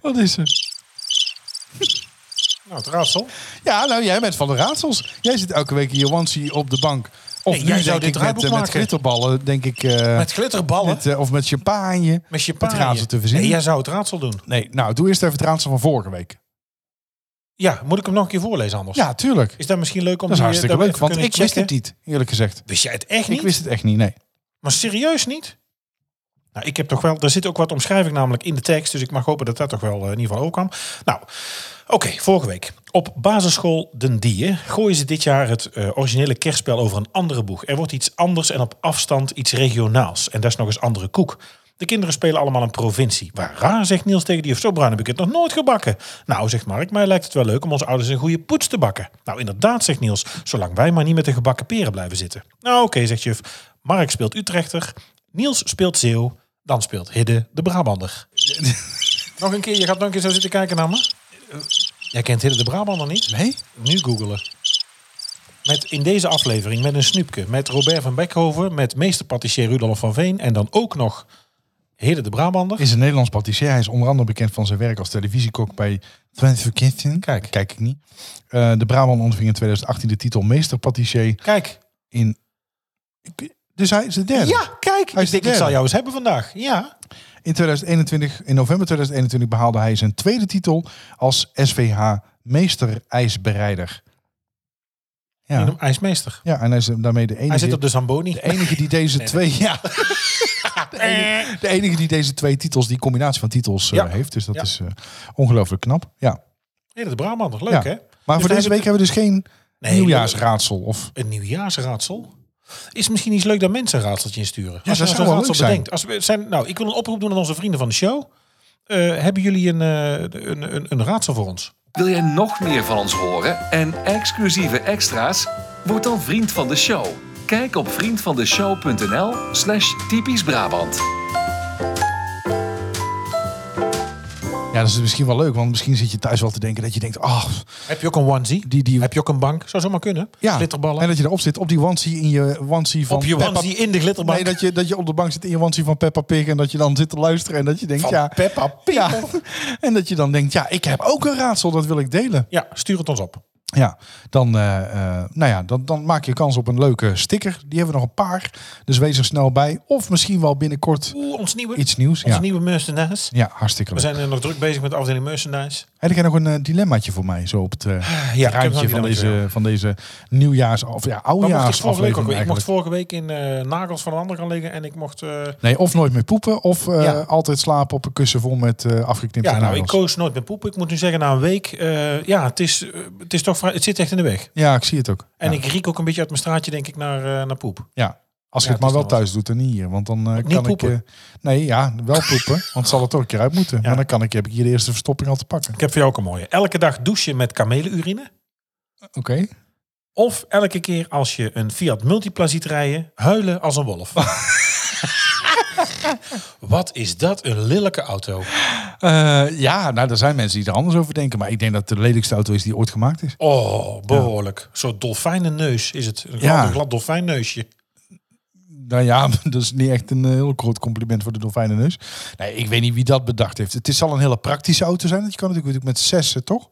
Wat is er? Nou, het raadsel. Ja, nou jij bent van de raadsels. Jij zit elke week hier onesie op de bank. Of Nee, nu jij zou denk dit ik met, draaiboek eh, met maken. glitterballen, denk je eh, Met glitterballen. met, eh, of met champagne. Met champagne. Het raadsel te verzinnen. Nee, jij zou het raadsel doen. Nee, nou doe eerst even het raadsel van vorige week. Ja, moet ik hem nog een keer voorlezen anders? Ja, tuurlijk. Is dat misschien leuk om Dat is die, hartstikke dat we leuk, even want ik kunnen wist het checken? niet, eerlijk gezegd. Wist jij het echt niet? Ik wist het echt niet, nee. Maar serieus niet? Nou, ik heb toch wel... Er zit ook wat omschrijving namelijk in de tekst. Dus ik mag hopen dat dat toch wel eh, in ieder geval ook kwam. Nou, oké. vorige week. Op basisschool Den Dieën gooien ze dit jaar het eh, originele kerstspel over een andere boeg. Er wordt iets anders en op afstand iets regionaals. En dat is nog eens andere koek. De kinderen spelen allemaal een provincie. Waar raar, zegt Niels tegen die of zo bruin heb ik het nog nooit gebakken. Nou, zegt Mark, mij lijkt het wel leuk om onze ouders een goede poets te bakken. Nou, inderdaad, zegt Niels, zolang wij maar niet met de gebakken peren blijven zitten. Nou, oké, zegt juf. Mark speelt Utrechter, Niels speelt Zeeuw, dan speelt Hidde de <laughs> Brabander. nog een keer, je gaat nog een keer zo zitten kijken naar me. Jij kent Hidde de Brabander niet? Nee? Nu googelen. Met in deze aflevering met een snoepje. Met Robert van Beckhoven, met meester patissier Rudolf van Veen. En dan ook nog Hede de Brabander. Is een Nederlands patissier. Hij is onder andere bekend van zijn werk als televisiekok bij Twente Kitchen. Kijk. Kijk ik niet. Eh, de Brabant ontving in 2018 de titel meester patissier. Kijk. In... Ik- Dus hij is de derde. Ja, kijk. Hij Ik is de denk, ik derde. zal jou eens hebben vandaag. Ja. In, 2021, in november 2021 behaalde hij zijn tweede titel als SVH meester ijsbereider. Ja. En een ijsmeester. Ja, en hij is daarmee de enige... Hij zit op de Zamboni. De enige die deze twee, ja. De enige, de enige die deze twee titels, die combinatie van titels eh, Ja. heeft. Dus dat Ja. is eh, ongelooflijk knap. Ja. Hede de Brabander. Leuk, ja. hè? Maar Dus voor deze we week hebben we dus geen Nee, nieuwjaarsraadsel. Of, Een nieuwjaarsraadsel? Is misschien iets leuk dat mensen een raadseltje insturen. dat zou zo'n wel leuk zijn. Als we zijn. Nou, ik wil een oproep doen aan onze vrienden van de show. Eh, hebben jullie een, eh, een, een, een raadsel voor ons? Wil jij nog meer van ons horen en exclusieve extra's? Word dan vriend van de show. Kijk op vriendvandeshow.nl slash typisch Brabant. ja, dat is misschien wel leuk. Want misschien zit je thuis wel te denken dat je denkt... ah, Heb je ook een onesie? die, die, Heb je ook een bank? Zou zomaar kunnen. ja. Glitterballen. En dat je erop zit op die onesie in je onesie van... Op je Peppa- onesie in de glitterbank. Nee, dat je, dat je op de bank zit in je onesie van Peppa Pig. En dat je dan zit te luisteren en dat je denkt... Van ja, Peppa Pig. Ja. En dat je dan denkt, ja, ik heb ook een raadsel. Dat wil ik delen. Ja, stuur het ons op. Ja, dan, eh, eh, nou ja, dan, dan maak je kans op een leuke sticker. Die hebben we nog een paar. Dus wees er snel bij. Of misschien wel binnenkort Oeh, ons nieuwe, iets nieuws. ons Ja, nieuwe merchandise. ja hartstikke We leuk. zijn eh, nog druk bezig met de afdeling merchandise. Heb jij nog een eh, dilemmaatje voor mij? Zo op het eh heb nog randje een van dilemmaatje, deze, van deze nieuwjaars- of ja, Wat mocht ik, vorige week ook oudjaarsaflevering weer? ik mocht eigenlijk. vorige week in eh, nagels van een ander gaan liggen. En ik mocht... eh, Nee, of nooit meer poepen. Of eh, Ja. altijd slapen op een kussen vol met eh afgeknipte ja, nou, ik nagels. koos nooit met poepen. Ik moet nu zeggen, na een week... eh, ja, het, is, eh, het, is toch, vrij- het zit echt in de weg. Ja, ik zie het ook. En ja. ik riek ook een beetje uit mijn straatje, denk ik, naar, eh, naar poep. ja. Als je Ja, het maar het wel is nog thuis doet en niet hier. Want dan eh, Niet kan ik... poepen. eh, nee, ja, wel poepen. want het zal er toch een keer uit moeten. Maar dan kan ik, heb ik hier de eerste verstopping al te pakken. Ik heb voor jou ook een mooie. Elke dag douchen met kamelenurine. Oké. Of elke keer als je een Fiat Multipla ziet rijden, huilen als een <laughs> wolf. Wat is dat een lelijke auto. Eh, ja, nou, er zijn mensen die er anders over denken. Maar ik denk dat het de lelijkste auto is die ooit gemaakt is. Oh, behoorlijk. Zo'n dolfijnenneus is het. Een glad, Ja. een glad dolfijnneusje. Nou ja, <laughs> dat is niet echt een eh, heel groot compliment voor de dolfijnenneus. Nee, ik weet niet wie dat bedacht heeft. Het is- zal een hele praktische auto zijn. Want je kan natuurlijk natuurlijk met zes, eh, toch?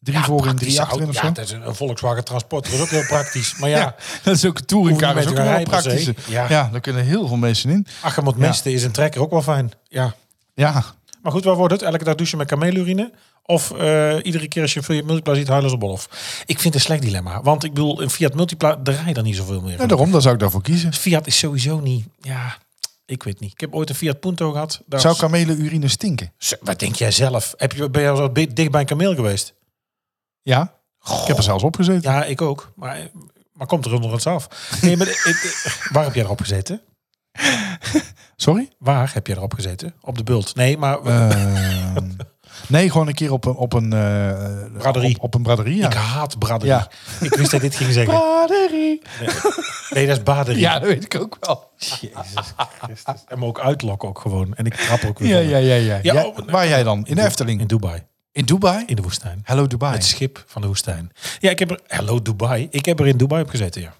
Drie voor en drie Praktische achterin of auto. zo. Ja, dat is een, een Volkswagen Transporter. Dat is ook heel praktisch. Maar <laughs> ja, Ja, <laughs> dat is ook een touringcar. Hoef Dat je is ook niet mee een te hele gaan rijden per se. praktische. Ja. Ja. daar kunnen heel veel mensen in. ach, het meeste is een trekker ook wel fijn. Ja. Ja, Maar goed, waar wordt het? Elke dag douchen met kameelurine? Of eh, iedere keer als je een Fiat Multipla ziet, huilen als een wolf? Ik vind het een slecht dilemma. Want ik bedoel, een Fiat Multipla, daar rij je dan niet zoveel meer. Dus nou, daarom, daar zou ik daarvoor kiezen. Fiat is sowieso niet... Ja, ik weet niet. Ik heb ooit een Fiat Punto gehad. Daar Zou kamelenurine stinken? Zo, Wat denk jij zelf? Heb je, ben je al zo bi- dicht bij een kameel geweest? Ja, ik heb er zelfs op gezeten. Ja, ik ook. Maar, maar komt er onderhand af. Nee, maar, <laughs> ik- ik- waar heb jij erop gezeten? Sorry? Waar heb jij erop gezeten? Op de bult? Nee, maar... Ehm, nee, gewoon een keer op een, op een, eh, Braderie. Op, op een braderie, ja. Ik haat braderie. Ja. Ik wist dat je dit ging <laughs> zeggen. Braderie. Nee, dat is baderie. Ja, dat weet ik ook <laughs> wel. Jezus Christus. En me ook uitlokken ook gewoon. En ik trap ook weer Ja, van. ja, ja, ja. Ja, Jij- oh, nee. waar jij dan? In de in Efteling? Dubai. In Dubai? In de woestijn. Hello Dubai. Het schip van de woestijn. Ja, ik heb er... Hello Dubai. Ik heb er in Dubai op gezeten, ja.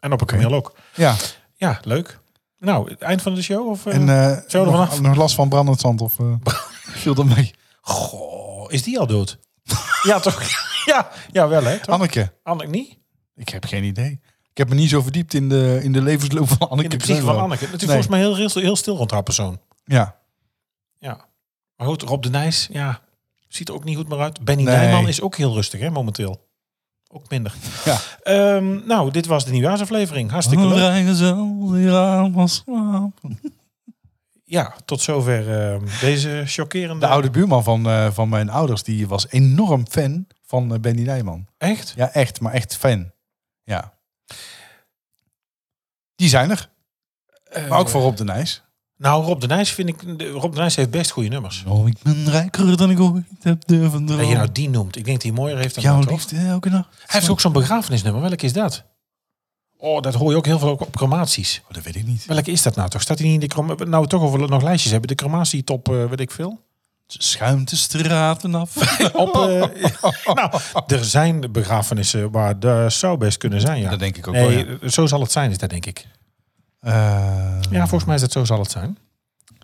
En op een kameel ook. Ja. Ja, leuk. Nou, het eind van de show? Of, eh, En eh, Zo er nog, vanaf. nog last van brandend zand of eh, <laughs> viel dat mee? Goh, is die al dood? <laughs> ja, toch? Ja, ja wel hè. Toch? Anneke, Anneke niet? ik heb geen idee. Ik heb me niet zo verdiept in de, in de levensloop van Anneke. In de psyche van Greunlo. Anneke. Het is Nee. volgens mij heel, heel, heel stil rond haar persoon. Ja. Ja. Maar goed, Rob de Nijs, ja, ziet er ook niet goed meer uit. Benny Nee. Nijman is ook heel rustig, hè, momenteel. Ook minder. <laughs> Ja. Ehm, nou, dit was de nieuwjaarsaflevering. Hartstikke leuk. Ja, tot zover ehm, deze chockerende... De oude buurman van, eh, van mijn ouders, die was enorm fan van eh, Benny Nijman. Echt? Ja, echt, maar echt fan. Ja. Die zijn er. Maar ook voor Rob de Nijs. Nou, Rob de Nijs vind ik... de- Rob de Nijs heeft best goede nummers. Oh, ik ben rijker dan ik ooit heb durven Dat je dromen. nou die noemt. Ik denk dat hij mooier heeft dan Jouw dat, hoor. liefde elke nacht. Hij heeft ook zo'n begrafenisnummer. Welke is dat? Oh, dat hoor je ook heel veel ook op crematies. Oh, dat weet ik niet. Welke is dat nou toch? Staat hij niet in de crema- Nou, we toch over nog lijstjes hebben. De crematie top, eh, weet ik veel. Schuimt de straten <laughs> af. <laughs> Op, eh, nou, er zijn begrafenissen waar dat zou best kunnen zijn, ja. Dat denk ik ook Nee, wel, Zo zal het zijn, is dat denk ik. Eh, Hmm. Ja, volgens mij is dat zo zal het zijn.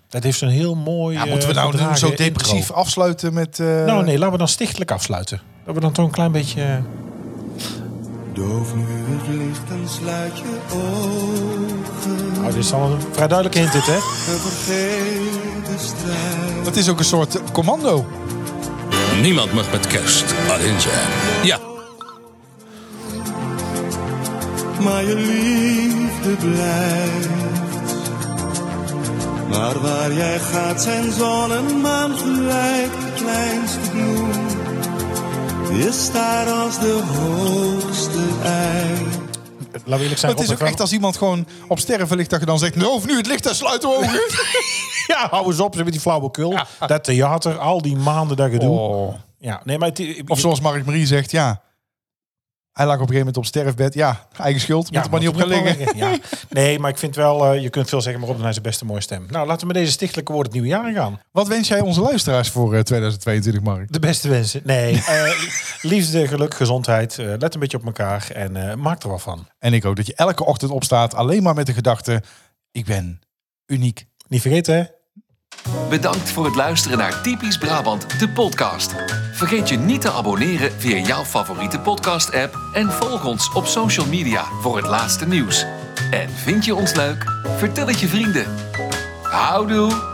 Dat heeft zo'n heel mooi. Ja, moeten we eh, nou nu gedragen zo intro. depressief afsluiten met... eh, Nou nee, laten we dan stichtelijk afsluiten. Dat we dan toch een klein beetje... eh, Doof nu het licht en sluit je ogen. Nou, dit is al een vrij duidelijke hint dit, hè? We vergeet de strijd. Het is ook een soort eh, commando. Niemand mag met kerst alleen zijn. Ja, Maar je liefde blijft. Maar waar jij gaat zijn zon en maan gelijk. De kleinste bloem is daar als de hoogste ei. Laten we eerlijk zijn. Maar het is ook Robert, echt als iemand gewoon op sterven ligt dat je dan zegt... Nou, of nu het licht en sluit de ogen. <laughs> Ja, hou eens op ze met die flauwekul. Dat eh, theater, al die maanden dat gedoe. Oh. Ja, nee, maar het, je- Of zoals Mark Marie zegt, ja. Hij lag op een gegeven moment op sterfbed. Ja, eigen schuld. Moet ja, er maar niet op moet gaan er liggen. maar wel liggen. Ja. Nee, maar ik vind wel, eh, je kunt veel zeggen, maar op dan is het best een mooie stem. Nou, laten we met deze stichtelijke woorden het nieuwe jaar ingaan. <laughs> Wat wens jij onze luisteraars voor eh, 2022, Mark? De beste wensen. Nee, <laughs> eh, liefde, geluk, gezondheid. eh, let een beetje op elkaar en eh, maak er wat van. En ik hoop dat je elke ochtend opstaat alleen maar met de gedachte... Ik ben uniek. Niet vergeten, hè? Bedankt voor het luisteren naar Typisch Brabant, de podcast. Vergeet je niet te abonneren via jouw favoriete podcast-app en volg ons op social media voor het laatste nieuws. En vind je ons leuk? Vertel het je vrienden. Houdoe!